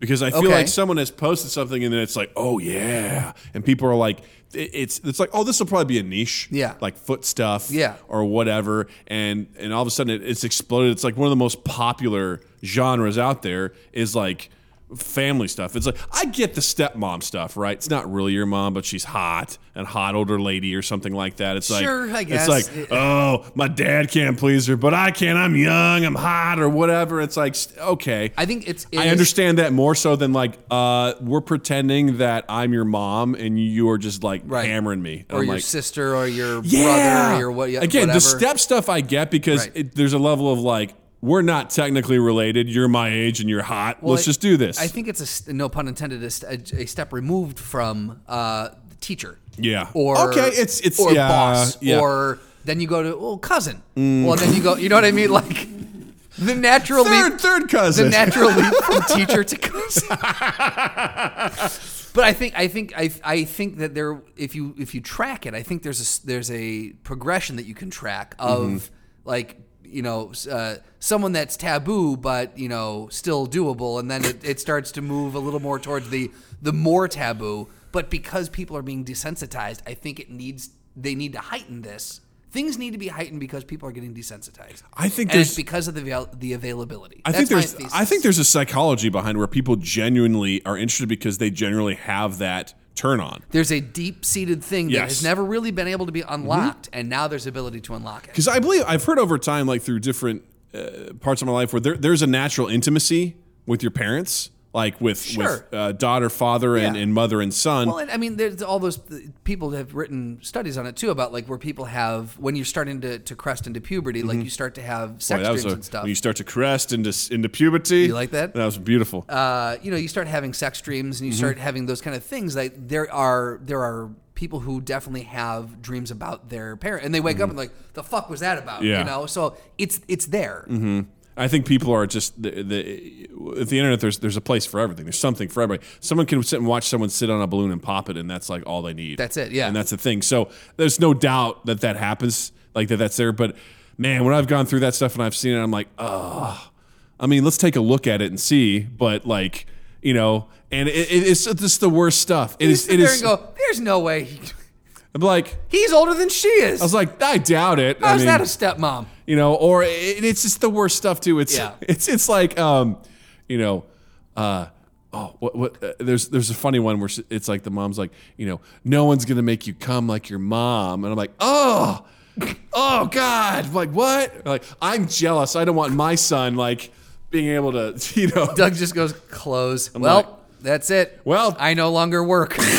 Because I feel Okay. like someone has posted something and then it's like, oh yeah, and people are like, it- it's it's like, oh, this will probably be a niche, Yeah. like foot stuff, Yeah. or whatever, and and all of a sudden it, it's exploded. It's like one of the most popular genres out there is like family stuff. It's like I get the stepmom stuff, right? It's not really your mom, but she's hot and hot older lady or something like that. It's like Sure, I it's guess. like It- oh, my dad can't please her, but I can. I'm young, I'm hot, or whatever. It's like st- okay, I think it's. it I is- understand that more so than like uh, we're pretending that I'm your mom and you are just like Right. hammering me, Or I'm your like, sister, or your yeah. brother, or what? yeah, Again, whatever. the step stuff I get because Right. it, there's a level of like we're not technically related. You're my age and you're hot. Let's I- just do this. I think it's a st- no pun intended a, st- a step removed from uh, the teacher. Yeah. Or Okay, it's- it's- or yeah, boss yeah. Mm. or then you go to oh cousin. Well, then you go. You know what I mean? Like the natural third leap- third the cousin. natural leap from teacher to cousin. but I think I think I I think that there if you if you track it, I think there's a s- there's a progression that you can track of like you know s- uh, someone that's taboo but you know still doable, and then it, it starts to move a little more towards the the more taboo. But because people are being desensitized, I think it needs they need to heighten this. Things need to be heightened because people are getting desensitized. I think and it's there's- because of the avail- the availability. I think That's my there's thesis. I think there's a psychology behind where people genuinely are interested because they generally have that turn on. there's a deep seated thing that Yes. Mm-hmm. has never really been able to be unlocked, and now there's ability to unlock it. Because I believe I've heard over time, like through different uh, parts of my life, where there, there's a natural intimacy with your parents, like with Sure. with uh, daughter, father, and, Yeah. and mother and son. Well, and I mean, there's all those th- people have written studies on it too about like where people have when you're starting to, to crest into puberty, like you start to have Mm-hmm. Boy, sex that was dreams a- and stuff. when you start to crest into s- into puberty. You like that? That was beautiful. Mm-hmm. uh, you know, you start having sex dreams and you start having those kind of things. Like there are there are people who definitely have dreams about their parent, and they wake up and like, the fuck was that about? Mm-hmm. Yeah. Mm-hmm. You know, so it's it's there. I think people are just the, the at the internet. There's there's a place for everything. There's something for everybody. Someone can sit and watch someone sit on a balloon and pop it, and that's like all they need. That's it, yeah. and that's the thing. So there's no doubt that that happens. Like that, that's there. But man, when I've gone through that stuff and I've seen it, I'm like, oh. I mean, let's take a look at it and see. But like, you know, and it, it, it's just the worst stuff. It You is. sit It there is. and go, there's no way he- I'm like, he's older than she is. I was like, I doubt it. I How's mean- that a stepmom? you know, or it, it's just the worst stuff too. It's Yeah. it's it's like um, you know, uh. Oh, what, what? Uh, there's there's a funny one where she- it's like the mom's like, you know, no one's gonna make you come like your mom, and I'm like, oh, oh God, like what? Like I'm jealous. I don't want my son like being able to, you know, Doug just goes, close. well, like- that's it. Well- I no longer work.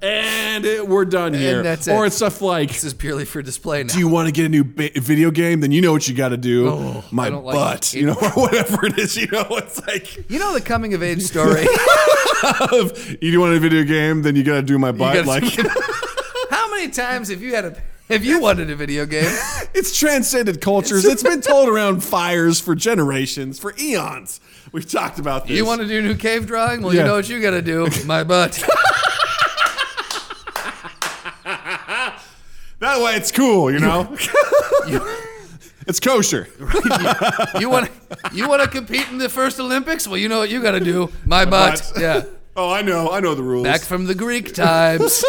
this and it, we're done here. that's it. Or it's stuff like, is purely for display now. do you want to get a new ba- video game? Then you know what you got to do. my Oh, I don't like butt, it. you know, or whatever it is. You know, it's like. You know the coming of age story. of you want a video game, then you gotta do my butt. gotta- Like How many times have you had a have you wanted a video game? it's transcended cultures. It's been told around fires for generations, for eons. We've talked about this. You want to do a new cave drawing? Well, Yeah. you know what you got to do. My butt. that way it's cool, you know? it's kosher. You want you want to compete in the first Olympics? Well, you know what you got to do. My, butt. butt. Yeah. Oh, I know, I know the rules. Back from the Greek times.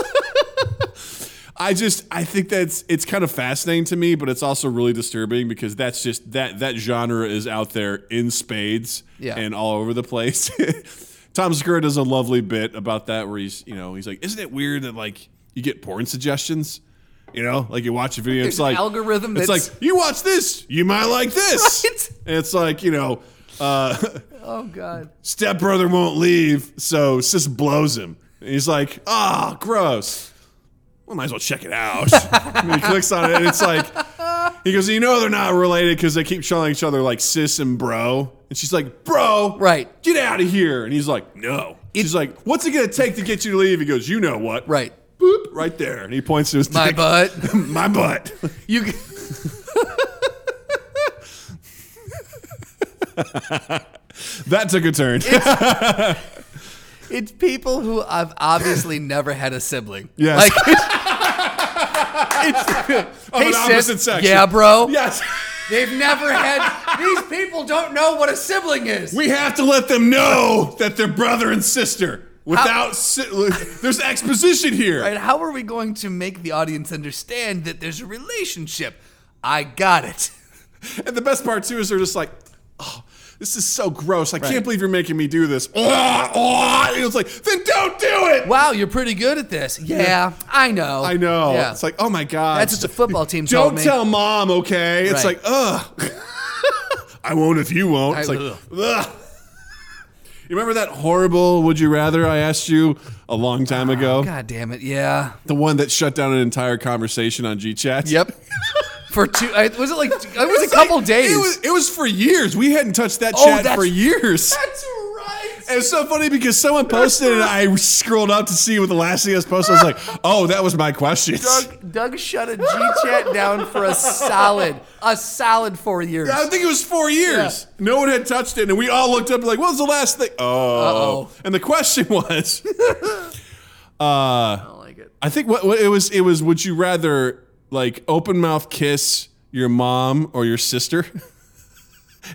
I just I think that's it's kind of fascinating to me, but it's also really disturbing because that's just that that genre is out there in spades Yeah. and all over the place. Tom Segura does a lovely bit about that where he's you know he's like, isn't it weird that like you get porn suggestions? You know, like you watch a video, There's it's an like algorithm It's that's- like you watch this, you might like this. Right? And it's like you know, uh, Oh God. stepbrother won't leave, so sis blows him. And he's like, ah, gross. Well, might as well check it out. and he clicks on it, and it's like, he goes, you know they're not related because they keep calling each other like sis and bro. And she's like, bro, Right. get out of here. And he's like, no. she's like, what's it going to take to get you to leave? He goes, you know what. Right. Boop, right there. And he points to his My dick. butt. My butt. You. that took a turn. It's people who have obviously never had a sibling. Yes. Like. It's, Of hey, an sis, opposite sex. Yeah, bro. yes. They've never had. These people don't know what a sibling is. We have to let them know that they're brother and sister. Without si- there's exposition here. Right? How are we going to make the audience understand that there's a relationship? I got it. And the best part too is they're just like, oh, this is so gross. I can't believe you're making me do this. Oh, oh. And it's like, then don't do it. Wow, you're pretty good at this. Yeah, I know. I know. Yeah. It's like, oh my god. that's what the football team told Don't me. tell mom, okay? It's Right. like, ugh. I won't if you won't. It's I- like, ugh. ugh. You remember that horrible "Would you rather" I asked you a long time ago? Oh, God damn it. Yeah. The one that shut down an entire conversation on GChat. Yep. For two, I, was it like it was, It was a couple like- days. It was, it was for years. We hadn't touched that Oh, chat that's- for years. that's right. And It's so funny because someone posted it. I scrolled up to see what the last thing I was posted. I was like, "Oh, that was my question." Doug, Doug shut a G chat down for a solid, a solid four years. I think it was four years. No one had touched it, and we all looked up like, "What was the last thing?" Oh, Uh-oh. and the question was, uh, I don't like it. I think what, what it was. It was, "Would you rather like open mouth kiss your mom or your sister?"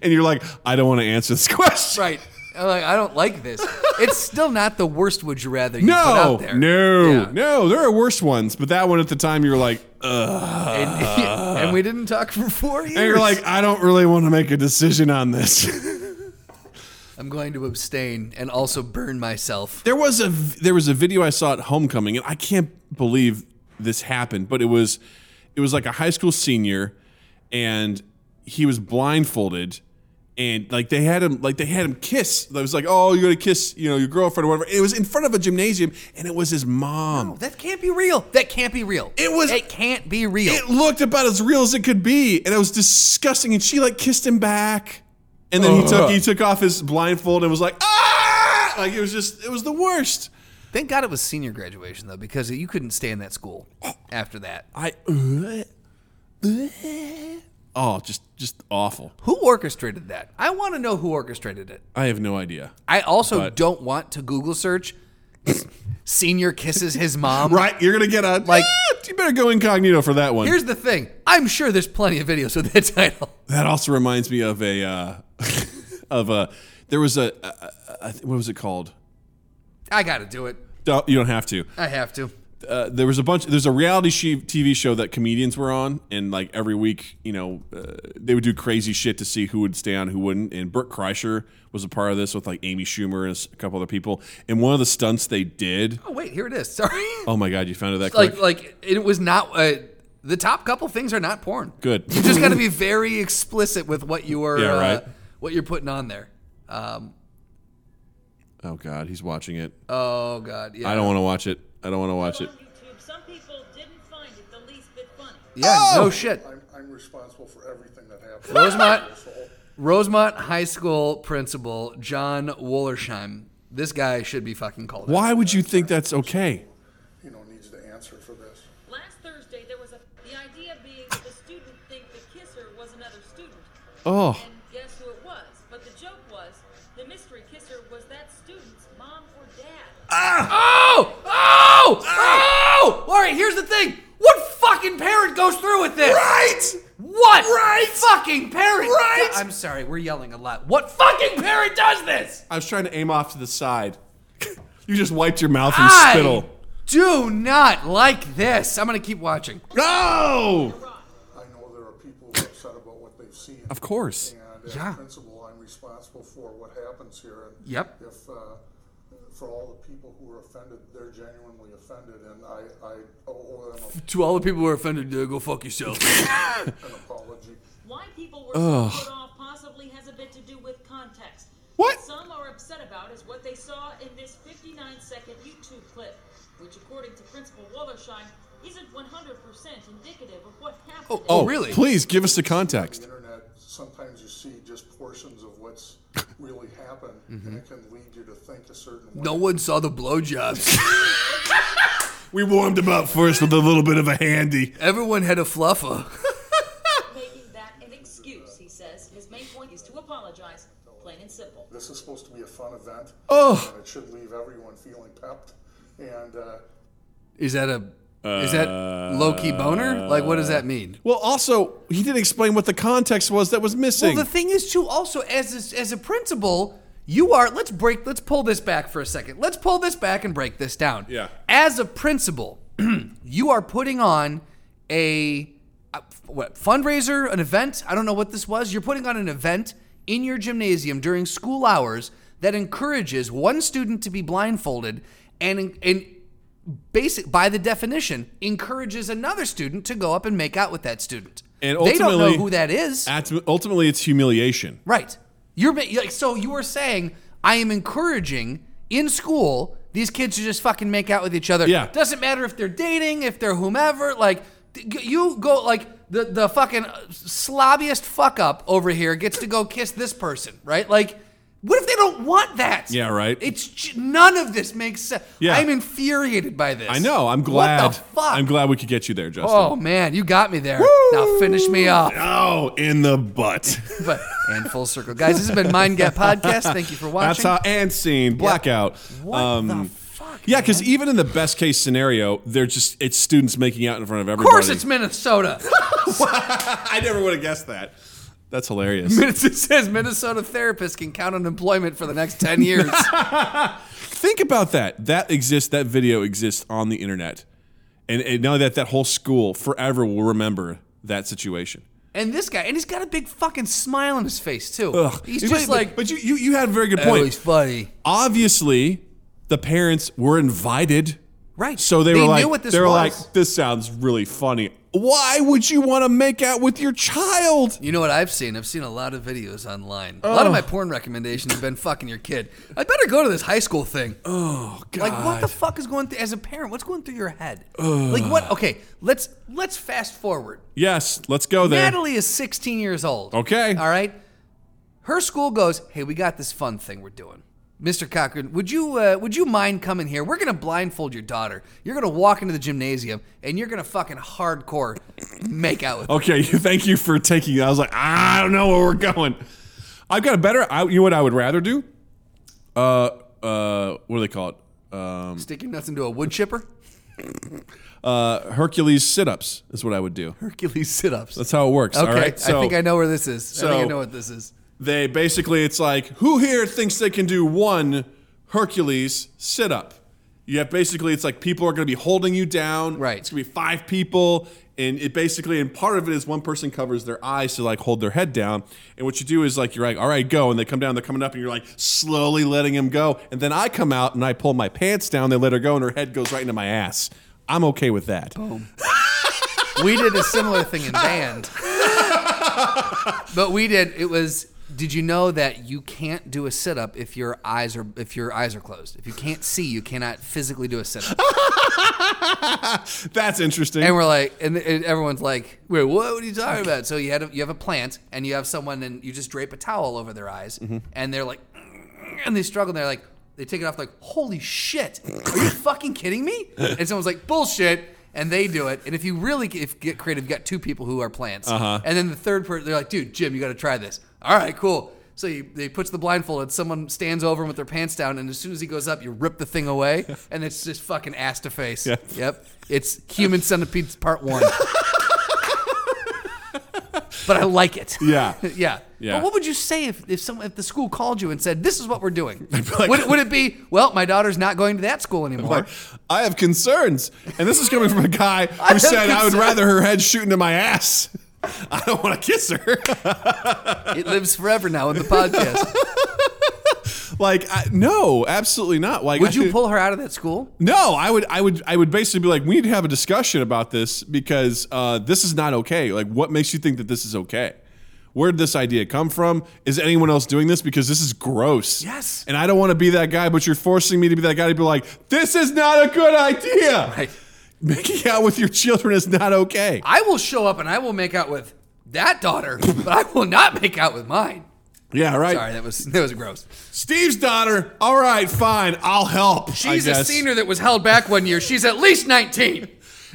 and you're like, "I don't want to answer this question." Right. I'm like, I don't like this. It's still not the worst. Would you rather? You put No, out there. no, Yeah. no. There are worse ones, but that one at the time you were like, and, and we didn't talk for four years. And you're like, I don't really want to make a decision on this. I'm going to abstain and also burn myself. there was a there was a video I saw at homecoming, and I can't believe this happened, but it was it was like a high school senior, and he was blindfolded, and like they had him like they had him kiss. That was like, oh, you're gonna kiss, you know, your girlfriend or whatever. It was in front of a gymnasium, and it was his mom. That can't be real. That can't be real. It was- It can't be real. It looked about as real as it could be, and it was disgusting. And she like kissed him back, Oh. and then he took he took off his blindfold and was like, ah, like it was just it was the worst. Thank God it was senior graduation though, because you couldn't stay in that school after that. I uh, oh, just just awful. Who orchestrated that? I want to know who orchestrated it. I have no idea. I also don't want to Google search senior kisses his mom. Right, you're gonna get a like. Ah, you better go incognito for that one. Here's the thing. I'm sure there's plenty of videos with that title. That also reminds me of a uh, of a there was a, a, a what was it called? I got to do it. No, You don't have to. I have to. Uh, there was a bunch. There's a reality she- TV show that comedians were on, and like every week, you know, uh, they would do crazy shit to see who would stay on, who wouldn't. And Burt Kreischer was a part of this with like Amy Schumer and a s- a couple other people. And one of the stunts they did. Oh wait, here it is. Sorry. Oh my god, you found it that quick. like like it was not uh, the top couple things are not porn. Good. You just got to be very explicit with what you are Yeah, uh, right. what you're putting on there. Um, oh god, he's watching it. oh god. Yeah. I don't want to watch it. I don't want to watch it. on YouTube. Some people didn't find it the least bit funny. Yeah, Oh! no shit. I'm, I'm responsible for everything that happens. Rosemont- So, Rosemont High School principal John Wollersheim. This guy should be fucking called. out. Why would you think that's okay? you know, needs to answer for this. Last Thursday, there was a, the idea being that the student think the kisser was another student. Oh, And guess who it was? But the joke was the mystery kisser was that student's mom or dad. Oh! Oh! Oh! All right, here's the thing. What fucking parent goes through with this? right. What? Right. Fucking parent. Right. I'm sorry, we're yelling a lot. What fucking parent does this? I was trying to aim off to the side. you just wiped your mouth and I spittle. do not like this. I'm gonna keep watching. No. I know there are people who are upset about what they've seen. Of course. And as Yeah. principal, I'm responsible for what happens here. And Yep. If, uh, for all the people who are offended, they're genuinely offended, and I, I owe them To all the people who are offended, uh, go fuck yourself. an apology. Why people were so put off possibly has a bit to do with context. What? some are upset about is what they saw in this 59-second YouTube clip, which, according to Principal Wallersheim, isn't 100% indicative of what happened. Oh, in oh, really? Please give us the The context. internet, sometimes you see just portions of what's really happened, and it can lead you to think a certain way. No one saw the blowjobs. We warmed him up first with a little bit of a handy. Everyone had a fluffer. making that an excuse, he says. His main point is to apologize, plain and simple. This is supposed to be a fun event, Oh. and it should leave everyone feeling pepped. And uh, Is that a? Is that Uh, low key boner? Like, what does that mean? Well, also, he didn't explain what the context was that was missing. Well, the thing is too. Also, as a, as a principal, you are. Let's break. Let's pull this back for a second. Let's pull this back and break this down. Yeah. As a principal, you are putting on a uh, what fundraiser, an event. I don't know what this was. You're putting on an event in your gymnasium during school hours that encourages one student to be blindfolded and and basic by the definition encourages another student to go up and make out with that student. And they don't know ultimately- who that is. At- ultimately, it's humiliation. Right. You're ma- like so you were saying I am encouraging in school these kids to just fucking make out with each other. Yeah. Doesn't matter if they're dating, if they're whomever. Like th- g- you go like the the fucking slobbiest fuck up over here gets to go kiss this person, right? Like. What if they don't want that? Yeah, right. It's j- none of this makes sense. Yeah. I'm infuriated by this. I know. I'm glad. What the fuck? I'm glad we could get you there, Justin. Oh man, you got me there. Now finish me off. Oh, in the butt. But and full circle, guys. This has been Mind Gap Podcast. Thank you for watching. That's how and scene blackout. What the fuck? yeah, because man? even in the best case scenario, they're just it's students making out in front of of everybody. course it's Minnesota. I never would have guessed that. That's hilarious. it says Minnesota therapists can count on employment for the next ten years. Think about that. That exists. That video exists on the internet, and, and now that that whole school forever will remember that situation. and this guy, and he's got a big fucking smile on his face too. Ugh. He's But- just but- like, But you, you, you had a very good oh, point. he's funny, Obviously, the parents were invited, right? so they, knew were like, what this they were was. like, this sounds really funny. Why would you want to make out with your child? You know what I've seen? I've seen a lot of videos online. A lot Oh. of my porn recommendations have been fucking your kid. I better go to this high school thing. Oh God! Like what the fuck is going through as a parent? What's going through your head? Like what? Okay, let's let's fast forward. yes, let's go there. Natalie is 16 years old. Okay. All right. Her school goes, hey, we got this fun thing we're doing. Mr. Cochran, would you uh, would you mind coming here? We're gonna blindfold your daughter. You're gonna walk into the gymnasium and you're gonna fucking hardcore make out with. her." Okay, thank you for taking. that. I was like, I don't know where we're going. I've got a better. I, you know what I would rather do? Uh, uh, what do they call it? Um, Stick your nuts into a wood chipper. uh, Hercules sit-ups is what I would do. Hercules sit-ups. That's how it works. okay, all right? I think I know where this is. I think I so- know what this is. They basically, it's like, who here thinks they can do one Hercules sit up? You have basically, it's like people are going to be holding you down. Right. It's going to be five people. And it basically, and part of it is one person covers their eyes to like hold their head down. And what you do is like, you're like, all right, go. And they come down, they're coming up, and you're like slowly letting him go. And then I come out and I pull my pants down, they let her go, and her head goes right into my ass. I'm okay with that. We did a similar thing in band. but we did it was did you know that you can't do a sit up if your eyes are if your eyes are closed? If you can't see, you cannot physically do a sit up. That's interesting. And we're like and, and everyone's like, "Wait, what, what are you talking about?" So you had a, you have a plant and you have someone and you just drape a towel over their eyes and they're like and they struggle and they're like they take it off like, "Holy shit. Are you fucking kidding me?" And someone's like, "Bullshit." And they do it. And if you really if get creative, you got two people who are plants. Uh-huh. And then the third person, they're like, dude, Jim, you got to try this. All right, cool. So he, they puts the blindfold and someone stands over him with their pants down. And as soon as he goes up, you rip the thing away. And it's just fucking ass to face. Yeah. Yep. It's Human Centipedes Part 1. but I like it. yeah. Yeah. Yeah. But what would you say if if, some, if the school called you and said, "This is what we're doing"? like- would, it- would it be, "Well, my daughter's not going to that school anymore"? Like, I have concerns. And this is coming from a guy who have said I would concerns." rather her head shoot into my ass. I don't want to kiss her. it lives forever now in the podcast. like, I, no, absolutely not. Like, would you I- pull her out of that school? No, I would, I would, I would basically be like, we need to have a discussion about this because uh, this is not okay. Like, what makes you think that this is okay? Where did this idea come from? Is anyone else doing this? Because this is gross. Yes. And I don't want to be that guy, but you're forcing me to be that guy to be like, this is not a good idea. Right. Making out with your children is not okay. I will show up and I will make out with that daughter, but I will not make out with mine. Yeah, right. Sorry, that was that was gross. Steve's daughter. All right, fine. I'll help. She's I a guess. senior that was held back one year. She's at least nineteen.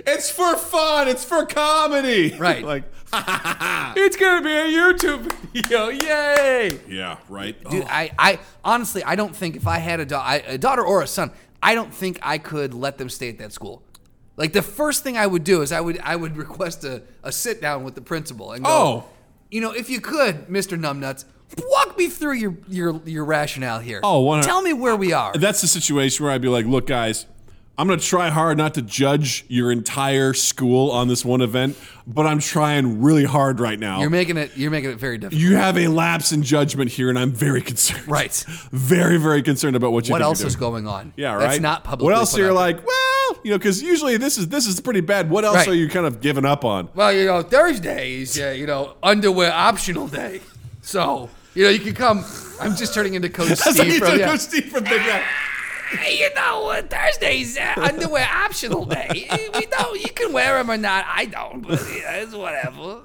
It's for fun. It's for comedy. Right. like, Ah. It's gonna be a YouTube video. Yay! yeah, right. Dude, I, I honestly, I don't think if I had a, da- I- a daughter or a son, I don't think I could let them stay at that school. Like the first thing I would do is I would I would request a, a sit down with the principal and go, Oh. you know, if you could, Mister Numbnuts, walk me through your your your rationale here. Oh, one- tell me where we are. That's the situation where I'd be like, look, guys, I'm going to try hard not to judge your entire school on this one event, but I'm trying really hard right now. You're making it you're making it very difficult. you have a lapse in judgment here, and I'm very concerned. Right. Very, very concerned about what you what think you're else is doing. going on? Yeah, right. That's not public. What else you're like? Well, you know, because usually this is this is pretty bad. What else Right. are you kind of giving up on? Well, you know, Thursdays, uh, you know, underwear optional day. So, you know, you can come. I'm just turning into Coach That's like Steve. you From, took yeah. Coach Steve from Big Mac. Hey, you know, uh, Thursdays, uh, underwear optional day. Eh, We don't, you can wear them or not. I don't, but yeah, it's whatever.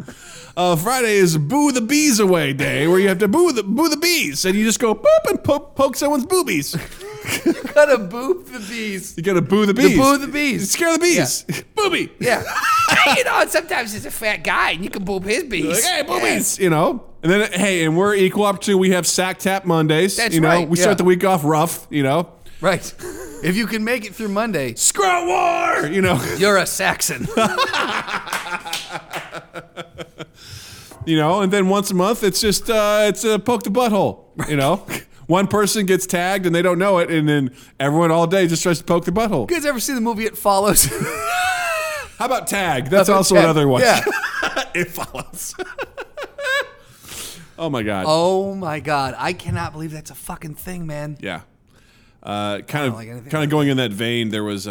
Uh, Friday is Boo the Bees Away Day, where you have to boo the boo the bees, and you just go boop and po- poke someone's boobies. Gotta boop the bees. You gotta boo the bees. boo the bees. Scare the bees. Booby. Yeah. hey, you know, and sometimes it's a fat guy and you can boop his Like, bees. hey, boobies. You know. And then hey, and we're equal up to we have sack tap Mondays. That's you know, right, we yeah. start the week off rough. You know, Right. If you can make it through Monday, scrot war. You know, you're a Saxon. you know. And then once a month, it's just uh, it's uh, poke the butthole. You know, one person gets tagged and they don't know it, and then everyone all day just tries to poke the butthole. You guys ever see the movie It Follows? How about tag? That's about also tag? another one. Yeah. it follows. oh my god. oh my God. I cannot believe that's a fucking thing, man. Yeah. Uh, kind of, like anything kind of going in that vein. There was a,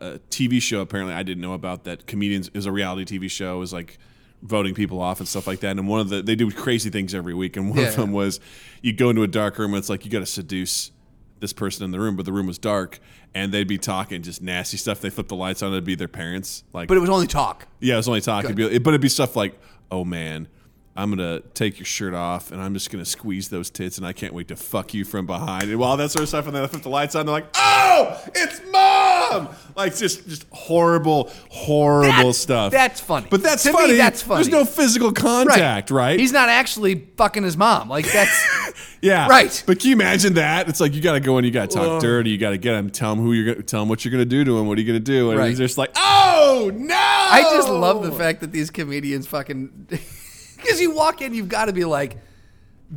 a, a, a TV show apparently I didn't know about that comedians is a reality TV show. It was like voting people off and stuff like that. And one of the they do crazy things every week. And one Yeah. of them was you go into a dark room and it's like you got to seduce this person in the room, but the room was dark and they'd be talking just nasty stuff. They flip the lights on. It'd be their parents. Like, But it was only talk. yeah, it was only talk. It'd be, but it'd be stuff like, oh man. I'm gonna take your shirt off and I'm just gonna squeeze those tits and I can't wait to fuck you from behind and all that sort of stuff and then I put the lights on they're like oh it's mom like just just horrible horrible That- stuff that's funny. but that's To me, funny that's there's funny. no physical contact right, He's not actually fucking his mom. Like that's yeah right. but can you imagine that it's like you gotta go in you gotta talk dirty you gotta get him tell him who you're gonna tell him what you're gonna do to him what are you gonna do and Right. he's just like oh no I just love the fact that these comedians fucking because you walk in, you've got to be like,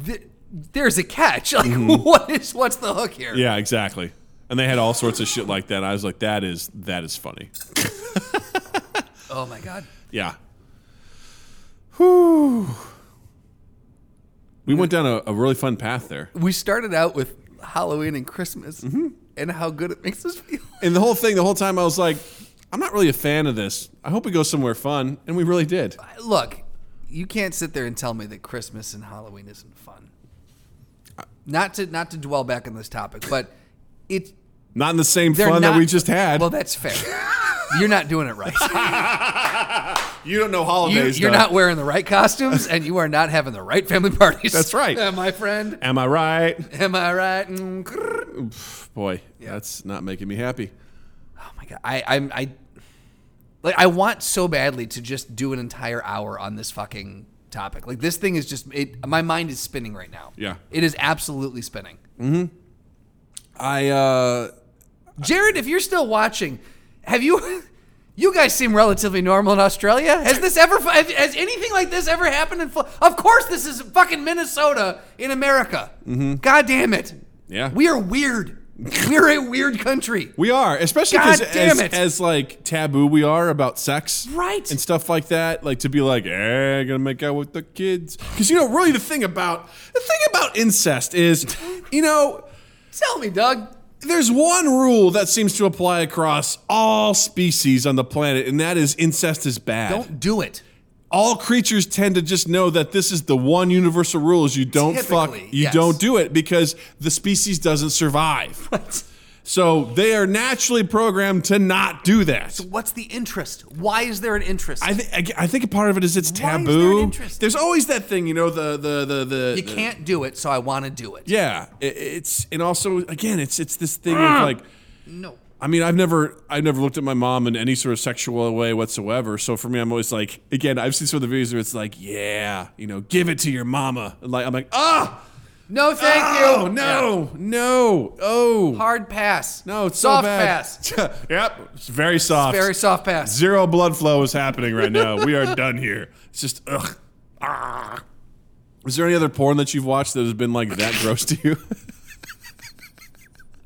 "Th- there's a catch. Like what is what's the hook here? Mm-hmm. Yeah, exactly. And they had all sorts of shit like that. I was like, that is that is funny. Oh my god. Yeah. Whew. We went down a, a really fun path there. We started out with Halloween and Christmas Mm-hmm. and how good it makes us feel. And the whole thing, the whole time I was like, I'm not really a fan of this. I hope we go somewhere fun. And we really did. Look, you can't sit there and tell me that Christmas and Halloween isn't fun. Not to not to dwell back on this topic, but it's Not in the same they're fun not, that we just had. Well, that's fair. You're not doing it right. you don't know You, holidays. you're though. not wearing the right costumes, and you are not having the right family parties. That's right. Am I friend? Am I right? Am I right? Mm, grrr. Boy, that's not making me happy. Oh my god, I I'm I like I want so badly to just do an entire hour on this fucking topic. Like this thing is just it. My mind is spinning right now. Yeah. it is absolutely spinning. I uh Jared, if you're still watching, have you? You guys seem relatively normal in Australia. Has this ever? have- Has anything like this ever happened in? Fl- Of course, this is fucking Minnesota in America. God damn it! Mm-hmm. Yeah. we are weird. We're a weird country. We are, especially God because damn as, it. as like taboo we are about sex, Right. and stuff like that. Like to be like, eh, gonna make out with the kids, because you know, really the thing about the thing about incest is, you know, Tell me, Doug. there's one rule that seems to apply across all species on the planet, and that is incest is bad. Don't do it. all creatures tend to just know that this is the one universal rule: is you don't fuck, Typically, you yes. don't do it, because the species doesn't survive. So they are naturally programmed to not do that. What's the interest? Why is there an interest? I think I think a part of it is it's Why is taboo. there an interest? There's always that thing, you know, the the the the you the- can't do it, so I want to do it. yeah, I- it's and also again, it's it's this thing Mm. of like. No. I mean, I've never, I've never looked at my mom in any sort of sexual way whatsoever. So for me, I'm always like, again, I've seen some of the videos where it's like, yeah, you know, give it to your mama. And like, I'm like, ah, No, thank oh, you. no, no, oh, Hard pass. no, it's soft so bad. pass. yep, it's very soft. Very soft pass. Zero blood flow is happening right now. We are done here. It's just ugh. Ah. Is there any other porn that you've watched that has been like that gross to you?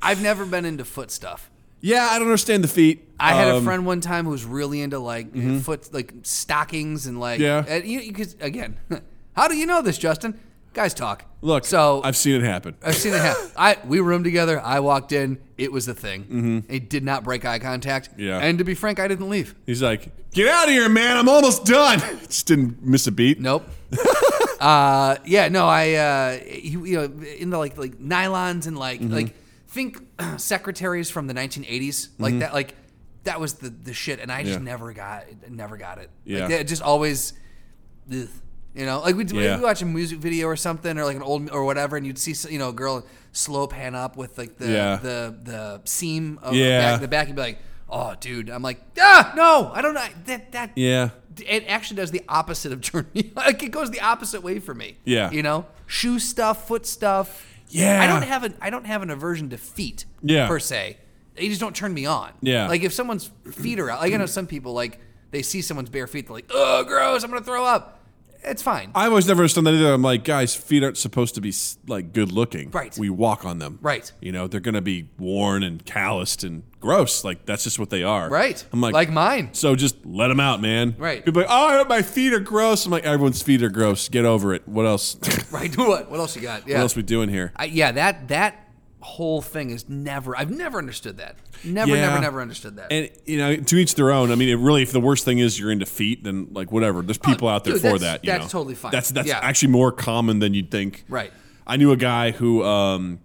I've never been into foot stuff. yeah, I don't understand the feet. I had a Um, Mm-hmm. friend one time who was really into like foot, like stockings and like Yeah. And you, you could, again, how do you know this, Justin? Guys talk. Look, so I've seen it happen. I've seen it happen. I we roomed together. I walked in. It was the thing. Mm-hmm. It did not break eye contact. Yeah. And to be frank, I didn't leave. He's like, "Get out of here, man! I'm almost done." Just didn't miss a beat. Nope. uh, yeah. No. I uh, you, you know into like like nylons and like Mm-hmm. like think secretaries from the 1980s like that like that was the the shit and I just Mm-hmm. Yeah. never got never got it. Yeah. Like, that just always. ugh. You know, like we'd, Yeah. we'd watch a music video or something, or like an old or whatever, and you'd see you know a girl slow pan up with like the Yeah. the the seam of Yeah. the, back, the back, and be like, "Oh, dude," I'm like, "Ah, no, I don't know that that Yeah, it actually does the opposite of turn me. Like it goes the opposite way for me. Yeah. you know, shoe stuff, foot stuff. Yeah. I don't have an I don't have an aversion to feet. Yeah. per se, they just don't turn me on. Yeah. like if someone's feet are out, like I know some people like they see someone's bare feet, they're like, oh, gross, I'm gonna throw up. It's fine. I've always never understood that either. I'm like, guys, feet aren't supposed to be s- like good looking. Right. We walk on them. Right. You know, they're gonna be worn and calloused and gross. Like that's just what they are. Right. I'm like, Like mine. So just let them out, man. Right. People are like, oh, my feet are gross. I'm like, everyone's feet are gross. Get over it. What else? what right. What? What else you got? Yeah. else we doing here? I, yeah. That that whole thing is never. I've never understood that. Never, Yeah. never, never understood that. And you know, to each their own. I mean, it really if the worst thing is you're into feet, then like whatever. There's people out there Oh, dude, for that's- that. you that's know. totally fine. That's that's Yeah. actually more common than you'd think. Right. I knew a guy who um,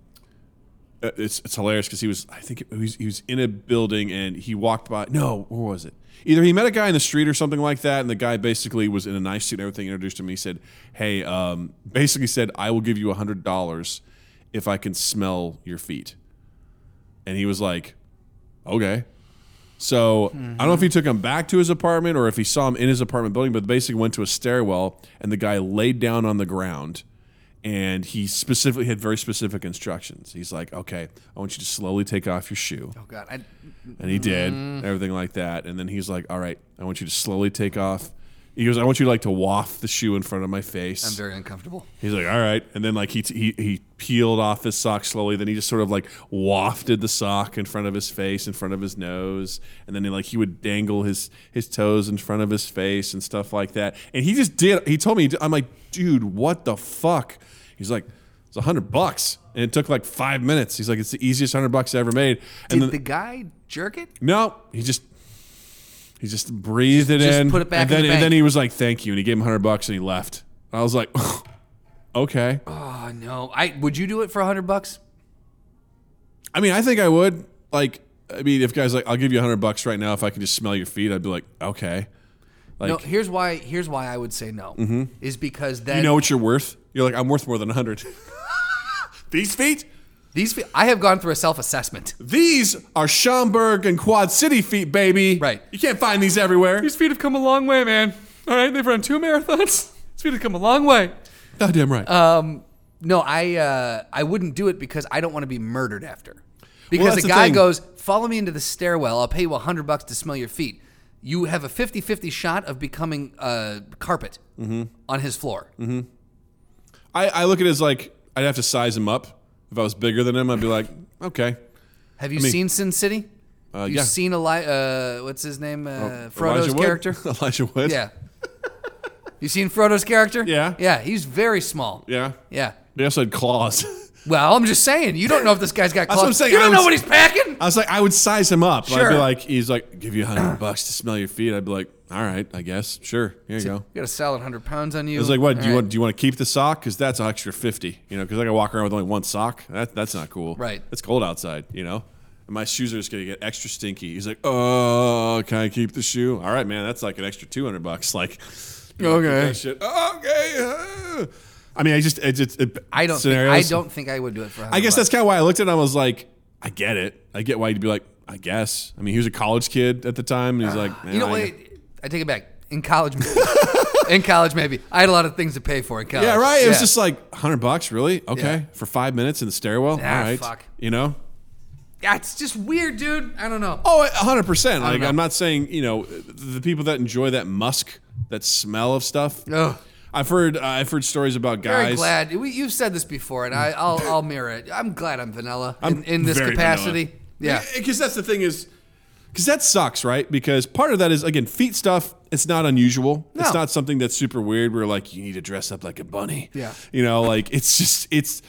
uh, it's it's hilarious because he was I think it, he was he was in a building and he walked by. No, where was it? Either he met a guy in the street or something like that, and the guy basically was in a nice suit and everything. Introduced to me, said, "Hey, um, basically said I will give you a hundred dollars if I can smell your feet." And he was like, "Okay." So I don't know if he took him back to his apartment or if he saw him in his apartment building, but basically went to a stairwell and the guy laid down on the ground and he specifically had very specific instructions. He's like, Okay, I want you to slowly take off your shoe. Oh God, I, And he did everything like that. And then he's like, All right, I want you to slowly take off. He goes, I want you like to waft the shoe in front of my face. I'm very uncomfortable. He's like, all right, and then like he he he peeled off his sock slowly. Then he just sort of like wafted the sock in front of his face, in front of his nose, and then he, like he would dangle his his toes in front of his face and stuff like that. And he just did. He told me, I'm like, dude, what the fuck? He's like, it's a hundred bucks, and it took like five minutes. He's like, it's the easiest hundred bucks I ever made. And Did then the guy jerk it? no, he just he just breathed it Just in. put it back and in then the and bank. then he was like, "Thank you," and he gave him hundred bucks and he left. I was like, okay. Oh no, I would you do it for a hundred bucks? I mean, I think I would. Like, I mean, if guys like, I'll give you a hundred bucks right now if I can just smell your feet. I'd be like, okay. Like, no, here's why. Here's why I would say no. Mm-hmm. Is because then you know what you're worth. You're like, I'm worth more than a hundred. These feet, these fe- I have gone through a self assessment. these are Schaumburg and Quad City feet, baby. Right. You can't find these everywhere. These feet have come a long way, man. All right, they've run two marathons. These feet have come a long way. Goddamn right. Uh, No, I uh, I wouldn't do it because I don't want to be murdered after. Well, Because that's the a guy thing. goes, follow me into the stairwell. I'll pay you a hundred bucks to smell your feet. You have a 50-50 shot of becoming uh, carpet Mm-hmm. on his floor. I, I look at it as like I'd have to size him up. If I was bigger than him, I'd be like, okay. Have you mean- seen Sin City? Uh, You've yeah. Oh, seen Eli- uh, what's his name? Uh, Elijah Frodo's Wood? character. Elijah Wood. Yeah. you seen Frodo's character? Yeah. Yeah, he's very small. Yeah. Yeah. They also had claws. Well, I'm just saying, you don't know if this guy's got That's what I'm claws. saying, You I don't know was- what he's packing. I was like, I would size him up. I'd be Sure. like, he's like, give you a hundred bucks to smell your feet. I'd be like, all right, I guess, sure, here you go. You got a solid hundred pounds on you. I was like, what? Do you want? Do you want to keep the sock? Because that's an extra fifty. You know, because I can walk around with only one sock. That, that's not cool. Right. It's cold outside. You know, and my shoes are just gonna get extra stinky. He's like, oh, can I keep the shoe? All right, man, that's like an extra two hundred bucks. Like, you know, keep Okay. that shit. Okay. uh. I mean, I just, it's just, it, I don't. Think, I scenarios. don't think I would do it for. 100 I guess bucks. that's kind of why I looked at it. I was like, I get it. I get why you'd be like, I guess. I mean, he was a college kid at the time, and he's like, Man, You know I- what? I take it back. In college, maybe. in college, maybe I had a lot of things to pay for in college. Yeah, right. It was Yeah. just like hundred bucks, really? Okay, Yeah. for five minutes in the stairwell. Ah, All right, fuck. you know. Yeah, it's just weird, dude. I don't know. Oh, 100 percent. don't Like know. I'm not saying you know the people that enjoy that musk, that smell of stuff. Ugh. I've heard I've heard stories about guys. Very glad we, you've said this before, and I, I'll, I'll mirror it. I'm glad I'm vanilla in, in this very capacity. vanilla. Yeah, because that's the thing is, because that sucks, right? Because part of that is again feet stuff. It's not unusual. It's No. not something that's super weird. Where like you need to dress up like a bunny. Yeah. you know, like it's just it's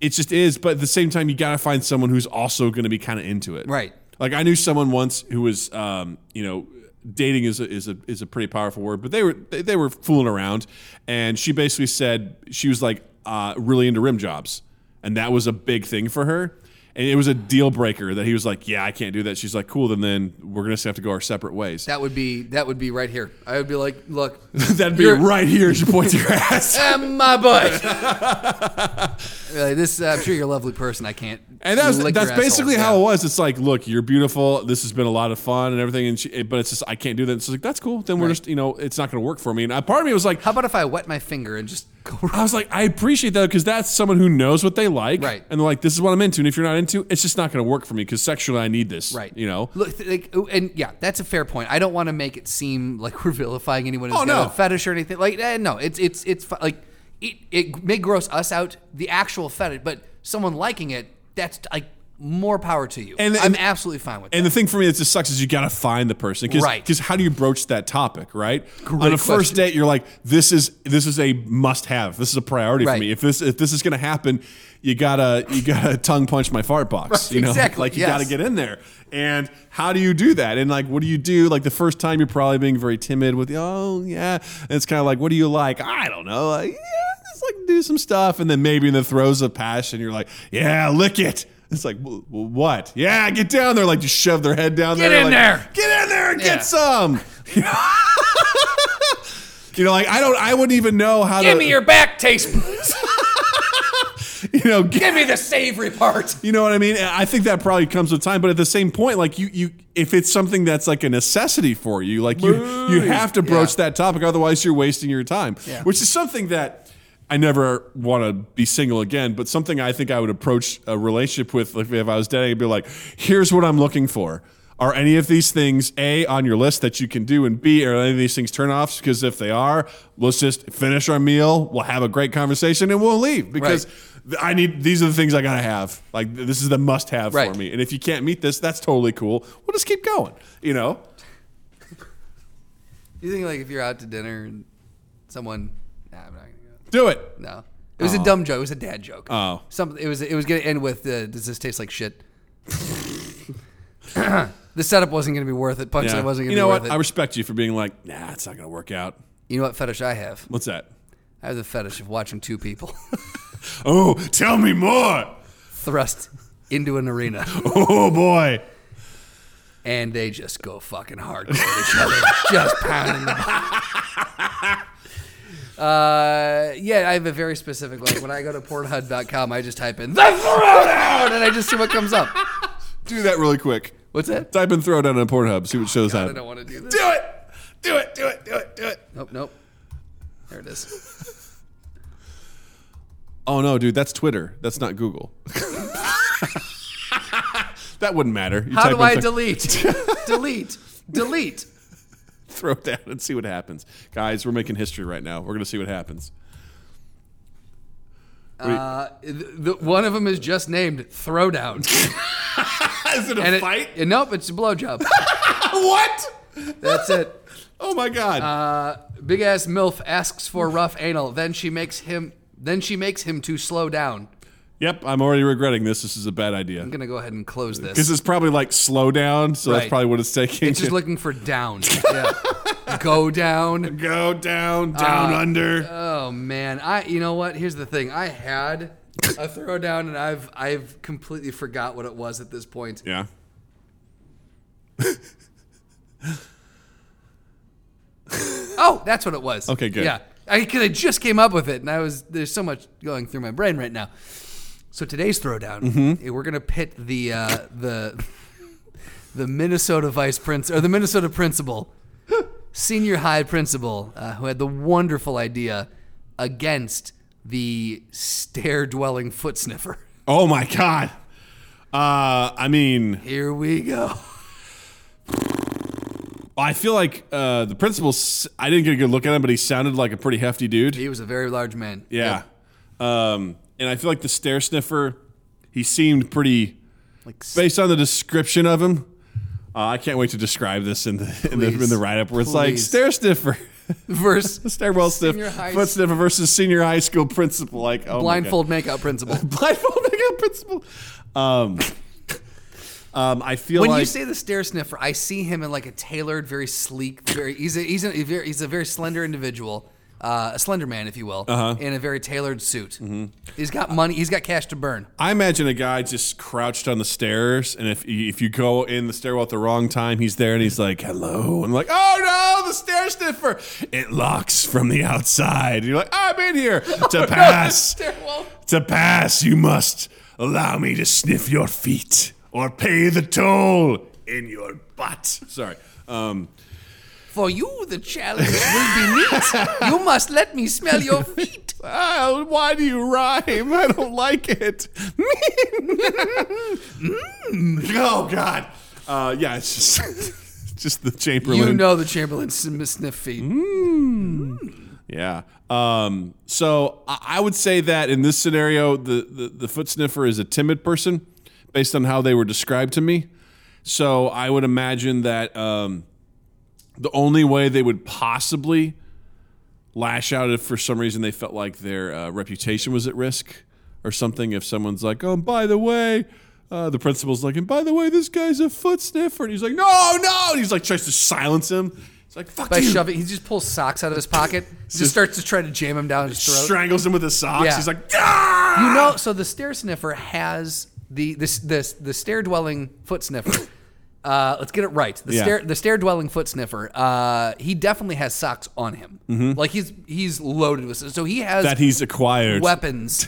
it just is. But at the same time, you gotta find someone who's also going to be kind of into it, Right. Like I knew someone once who was, um, you know. Dating is a, is a is a pretty powerful word, but they were they, they were fooling around, and she basically said she was like uh, really into rim jobs, and that was a big thing for her. And it was a deal breaker that he was like, "Yeah, I can't do that." She's like, "Cool, then then we're gonna just have to go our separate ways." that would be that would be right here. I would be like, look, That'd be You're- right here as you point to your ass. and my butt. Really, this uh, I'm sure you're a lovely person. I can't. And that's lick your that's basically asshole. how Yeah. it was. It's like, look, you're beautiful. This has been a lot of fun and everything. And she, but it's just I can't do that. It's like that's cool. Then we're Right. just you know it's not gonna work for me. And I, part of me was like, How about if I wet my finger and just go? I was like, I appreciate that because that's someone who knows what they like, Right. And they're like, this is what I'm into. And if you're not into, it's just not gonna work for me because sexually I need this, Right. You know. look, th- like, ooh, and yeah, that's a fair point. I don't want to make it seem like we're vilifying anyone who Oh, got no. a fetish or anything. Like, eh, no, it's it's it's fi- like it it may gross us out the actual fetish, but someone liking it, that's like more power to you. And- I'm and- absolutely fine with And that. the thing for me that just sucks is you got to find the person, Cause, Right. Because how do you broach that topic, right? On a first question. date, you're like, this is this is a must-have. This is a priority for Right. me. If this if this is going to happen, you gotta you gotta tongue punch my fart box. Right, you know, exactly, like you yes. gotta get in there. And how do you do that? And like, what do you do? Like the first time, you're probably being very timid with, oh yeah. And it's kind of like, what do you like? I don't know. Like, yeah, just like do some stuff. And then maybe in the throes of passion, you're like, yeah, lick it. It's like, "Wh- wh- what? Yeah, get down there. Like, just shove their head down Get there. in like, there. Get in there. there and Yeah. get some. you know, like I don't, I wouldn't even know how Give to. me your back taste. please. you know, get, Give me the savory part. You know what I mean? I think that probably comes with time, but at the same point, like you, you, if it's something that's like a necessity for you, like you, you have to broach that topic, otherwise you're wasting your time. Yeah. Which is something that I never want to be single again, but something I think I would approach a relationship with, like if I was dating, I'd be like, "Here's what I'm looking for." Are any of these things A on your list that you can do, and B are any of these things turnoffs? Because if they are, let's just finish our meal. We'll have a great conversation and we'll leave because Right. th- I need these are the things I gotta have. Like th- this is the must have Right. for me. And if you can't meet this, that's totally cool. We'll just keep going. You know, You think like if you're out to dinner and someone, nah, I'm not gonna go. do it. No, it was a dumb joke. It was a dad joke. Oh. something. It was it was gonna end with uh, does this taste like shit? the setup wasn't gonna be worth it. Punchline Yeah. wasn't gonna you know be what? worth I it. respect you for being like, nah, it's not gonna work out. you know what fetish I have? What's that? I have the fetish of watching two people Oh, tell me more. thrust into an arena Oh boy. and they just go fucking hardcore at each other, just pounding the. Uh, yeah, I have a very specific like when I go to Pornhub.com, I just type in the throwdown and I just see what comes up. Do that really quick. What's that? Type in throwdown on Pornhub. See what shows Oh, I up. don't want to do this. Do it. Do it. Do it. Do it. Do it. Nope, nope. There it is. Oh no, dude, that's Twitter. That's not Google. that wouldn't matter. You How type do in I th- delete? delete. Delete. throw it down and see what happens. Guys, we're making history right now. We're going to see what happens. Wait, Uh, the, the, one of them is just named Throwdown. is it a And it- fight? and nope, it's a blowjob. what? That's it. Oh my god. Uh, Big ass milf asks for rough anal. Then she makes him. Then she makes him to slow down. yep, I'm already regretting this. This is a bad idea. I'm gonna go ahead and close this. Because it's probably like slow down, so Right. that's probably what it's taking. It's just looking for down. Yeah. go down. go Uh, down, down under. Oh man, I. You know what? Here's the thing. I had a throwdown, and I've I've completely forgot what it was at this point. yeah. Oh, that's what it was. Okay, good. Yeah, because I, just came up with it, and I was there's so much going through my brain right now. So today's throwdown, Mm-hmm. eh, we're gonna pit the uh, the the Minnesota vice principal or the Minnesota principal, senior high principal, uh, who had the wonderful idea against the stair dwelling foot sniffer. Oh my god. Uh, I mean, Here we go. I feel like uh, the principal. s- I didn't get a good look at him, but he sounded like a pretty hefty dude. He was a very large man. Yeah. Um, and I feel like the stair sniffer, he seemed pretty, Like based on the description of him. Uh, I can't wait to describe this in the in the, in Please. the write up where it's like Please. stair sniffer, verse stairwell Senior sniff, high foot s- sniffer versus senior high school principal. Like oh my God. blindfold makeout principal. blindfold makeout principal. Um, um, I feel When like you say the stair sniffer, I see him in like a tailored, very sleek, very he's a, he's a, very, he's a very slender individual, uh, a slender man, if you will, Uh-huh. in a very tailored suit. Mm-hmm. He's got money. He's got cash to burn. I imagine a guy just crouched on the stairs, and if if you go in the stairwell at the wrong time, he's there and he's like, "Hello," and like, "Oh no, the stair sniffer! It locks from the outside." And you're like, "I'm in here to pass. to pass, you must allow me to sniff your feet or pay the toll in your butt." Sorry. Um, For you, the challenge will be neat. You must let me smell your feet. ah, why do you rhyme? I don't like it. oh God. Uh, yeah, it's just just the Chamberlain. You know the Chamberlain sn- sniff feet. Mm-hmm. Yeah. Um, so I, I would say that in this scenario, the, the the foot sniffer is a timid person, based on how they were described to me. So I would imagine that um, the only way they would possibly lash out if for some reason they felt like their uh, reputation was at risk or something. If someone's like, "Oh, and by the way," uh, the principal's like, "And by the way, this guy's a foot sniffer," and he's like, "No, no," and he's like tries to silence him. He's like, "Fuck By you." shoving, he just pulls socks out of his pocket. Just, Just- starts to try to jam him down his throat. strangles him with his socks. Yeah. He's like, ah! You know, so the stair sniffer has the this this the stair dwelling foot sniffer Uh, let's get it right. The Yeah. stair, the stair dwelling foot sniffer. Uh, he definitely has socks on him. Like he's he's loaded with. So he Mm-hmm. has that he's acquired. weapons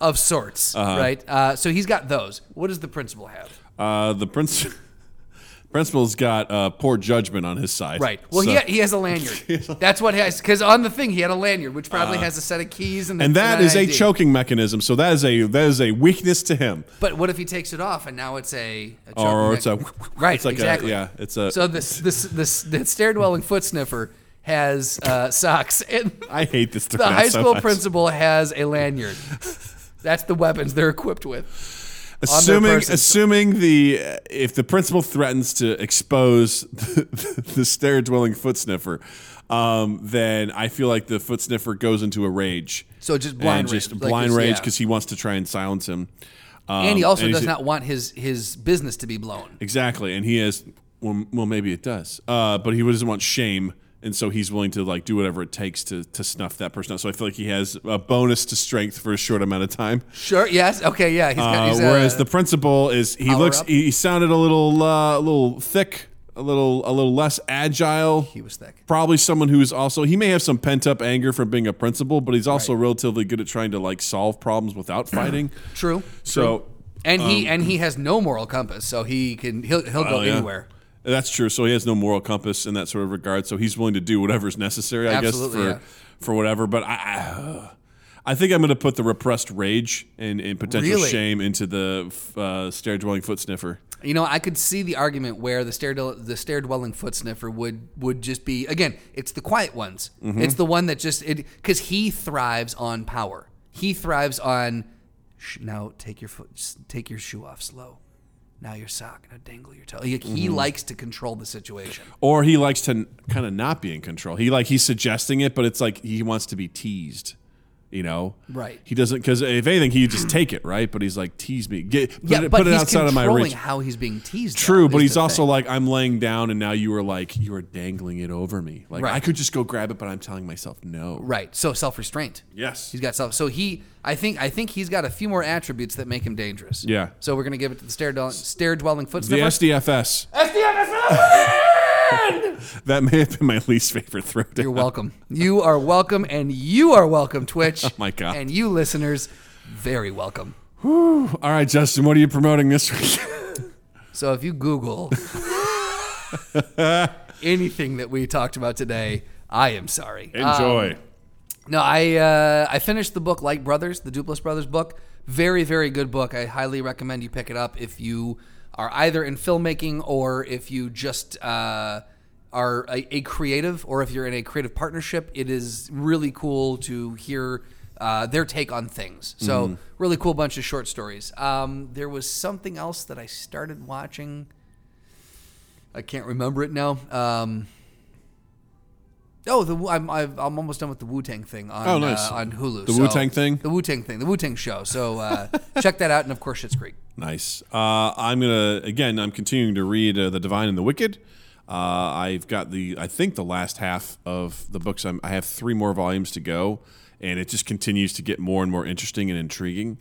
of sorts, Uh-huh. right? Uh, so he's got those. What does the principal have? Uh, the prince, principal's got uh, poor judgment on his side. Right. Well, So- he, ha- he has a lanyard. That's what he has. Because on the thing, he had a lanyard, which probably has a set of keys and, Uh-huh. and that is a ID. choking mechanism. So that is a that is a weakness to him. But what if he takes it off and now it's a, a choking Or it's a mech- right? It's like a exactly. yeah. It's a. So this this this the stair dwelling foot sniffer has uh, socks, and I hate this. the high school principal. principal has a lanyard. That's the weapons they're equipped with. their assuming person. assuming the if the principal threatens to expose the, the stair dwelling foot sniffer um, then I feel like the foot sniffer goes into a rage. So just blind and just rage, like blind this- rage yeah. because he wants to try and silence him. Um, and he also he's- does not want his his business to be blown. exactly, and he has well, well maybe it does, uh, but he doesn't want shame, and so he's willing to like do whatever it takes to to snuff that person out. So I feel like he has a bonus to strength for a short amount of time. Sure. Yes. Okay. Yeah. He's got. Uh, He's, uh, whereas the principal is he power looks up? he, he sounded a little uh, a little thick, a little a little less agile. he was thick. Probably someone who's also he may have some pent up anger from being a principal, but he's also relatively good at trying to like solve problems without fighting. True. So And he and he has no moral compass, so he can he'll he'll go oh, Um, yeah. anywhere. That's true. So he has no moral compass in that sort of regard. So he's willing to do whatever's necessary, I Absolutely, yeah. guess, for for whatever. But I, I, I think I'm going to put the repressed rage and, and potential Really? shame into the uh, stair dwelling foot sniffer. You know, I could see the argument where the stair the stair dwelling foot sniffer would would just be again. It's the quiet ones. Mm-hmm. It's the one that just it because he thrives on power. He thrives on sh- now take your foot just take your shoe off slow. Now your sock. Now dangle your toe. Like, Mm-hmm. He likes to control the situation. or he likes to kind of not be in control. He like he's suggesting it, but it's like he wants to be teased. You know, Right. He doesn't because if anything, he just take it, right? But he's like, tease me, get put, yeah, it, but put it he's outside of my controlling reach. how he's being teased. True, though, but is he's the also thing. like, I'm laying down, and now you are like, you are dangling it over me. Like Right. I could just go grab it, but I'm telling myself no. right. So self restraint. Yes. He's got self. So he, I think, I think he's got a few more attributes that make him dangerous. Yeah. So we're gonna give it to the stair dwelling, stair dwelling foot The sniffer. SDFS. SDFS. that may have been my least favorite throwdown. You're welcome. You are welcome, and you are welcome, Twitch. Oh my God. And you listeners, very welcome. All right, Justin, what are you promoting this week? So if you Google anything that we talked about today, I am sorry. Enjoy. No, I uh, I finished the book Light Brothers, the Duplass Brothers book. Very very good book. I highly recommend you pick it up if you are either in filmmaking or if you just uh, are a, a creative or if you're in a creative partnership. It is really cool to hear. Uh, their take on things. So, really cool bunch of short stories. Um, there was something else that I started watching. I can't remember it now. Um, oh, the Wu- I'm I've, I'm almost done with the Wu Tang thing on Oh, nice. uh, on Hulu. The So- Wu-Tang thing? the Wu Tang thing, the Wu Tang show. So uh, check that out, and of course, Shit's Creek. Nice. Uh, I'm gonna again. I'm continuing to read uh, the Divine and the Wicked. Uh, I've got the I think the last half of the books. I'm, I have three more volumes to go, and it just continues to get more and more interesting and intriguing.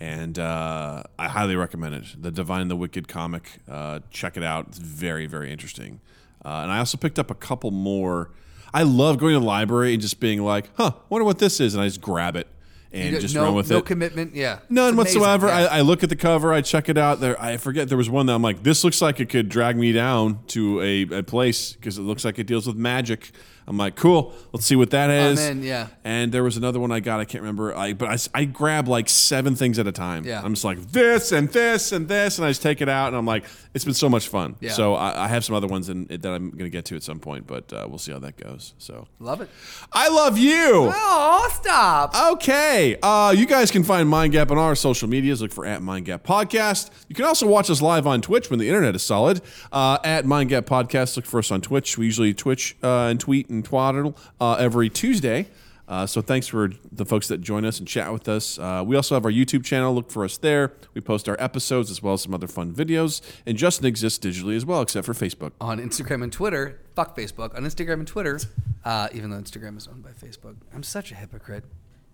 And uh, I highly recommend it. The Divine and the Wicked comic. Uh, check it out. It's very very interesting. Uh, and I also picked up a couple more. I love going to the library and just being like, "Huh, wonder what this is," and I just grab it and just no, run with no it. commitment. Yeah, None It's amazing, whatsoever. yeah. I, I look at the cover, I check it out. There, I forget there was one that I'm like, this looks like it could drag me down to a, a place because it looks like it deals with magic. I'm like, cool. Let's see what that is. in, yeah. And there was another one I got. I can't remember. I but I, s- I grab like seven things at a time. Yeah. I'm just like this and this and this, and I just take it out, and I'm like, it's been so much fun. Yeah. So I, I have some other ones in, that I'm going to get to at some point, but uh, we'll see how that goes. So love it. I love you. Oh, stop. Okay. Uh, you guys can find Mind Gap on our social medias. Look for at Mind Gap Podcast. You can also watch us live on Twitch when the internet is solid. Uh, at Mind Gap Podcast. Look for us on Twitch. We usually Twitch uh, and tweet and twaddle uh, every Tuesday. Uh, so thanks for the folks that join us and chat with us. Uh, we also have our YouTube channel. Look for us there. We post our episodes as well as some other fun videos. And Justin exists digitally as well, except for Facebook. on Instagram and Twitter. Fuck Facebook. On Instagram and Twitter, uh, even though Instagram is owned by Facebook. I'm such a hypocrite.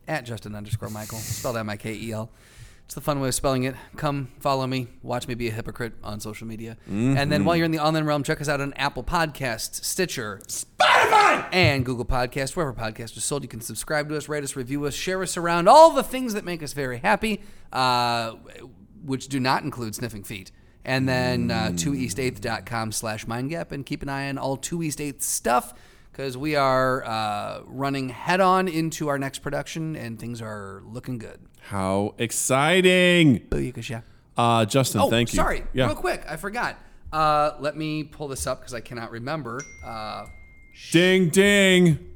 At Justin underscore Michael, spelled M I K E L. It's the fun way of spelling it. Come follow me, watch me be a hypocrite on social media. And then while you're in the online realm, check us out on Apple Podcasts, Stitcher, Spotify, and Google Podcasts, wherever podcasts are sold. You can subscribe to us, rate us, review us, share us around, all the things that make us very happy, uh, which do not include sniffing feet. And then uh, 2east8th.com slash mindgap and keep an eye on all 2 East 8th stuff because we are uh, running head on into our next production and things are looking good. How exciting! Booyakasha. Uh, Justin, Oh, thank you. sorry. Yeah. Real quick, I forgot. Uh, let me pull this up because I cannot remember. Uh, Ding ding.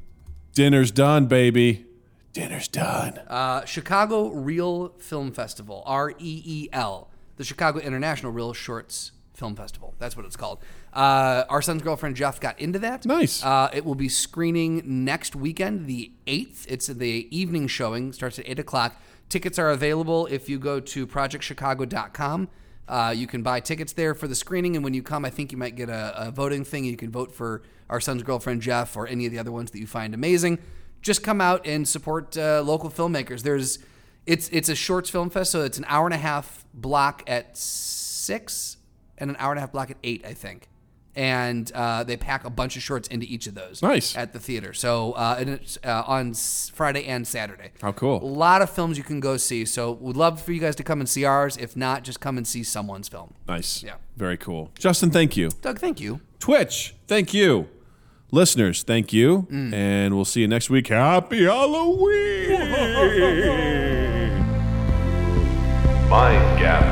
Dinner's done, baby. Dinner's done. uh, Chicago Real Film Festival, R E E L, the Chicago International Real Shorts Film Festival. That's what it's called. Uh, our son's girlfriend Jeff got into that. Nice. Uh, it will be screening next weekend, the 8th. It's the evening showing, starts at 8 o'clock. Tickets are available if you go to projectchicago.com. Uh, you can buy tickets there for the screening, and when you come, I think you might get a, a voting thing. You can vote for our son's girlfriend, Jeff, or any of the other ones that you find amazing. Just come out and support uh, local filmmakers. There's, it's it's a shorts film fest, so it's an hour and a half block at six and an hour and a half block at eight, I think and uh, they pack a bunch of shorts into each of those. Nice. at the theater. So uh, and it's uh, on s- Friday and Saturday. How cool. A lot of films you can go see. So we'd love for you guys to come and see ours. If not, just come and see someone's film. Nice. Yeah. Very cool. Justin, thank you. Doug, thank you. Twitch, thank you. Listeners, thank you. Mm. And we'll see you next week. Happy Halloween. Mind Gap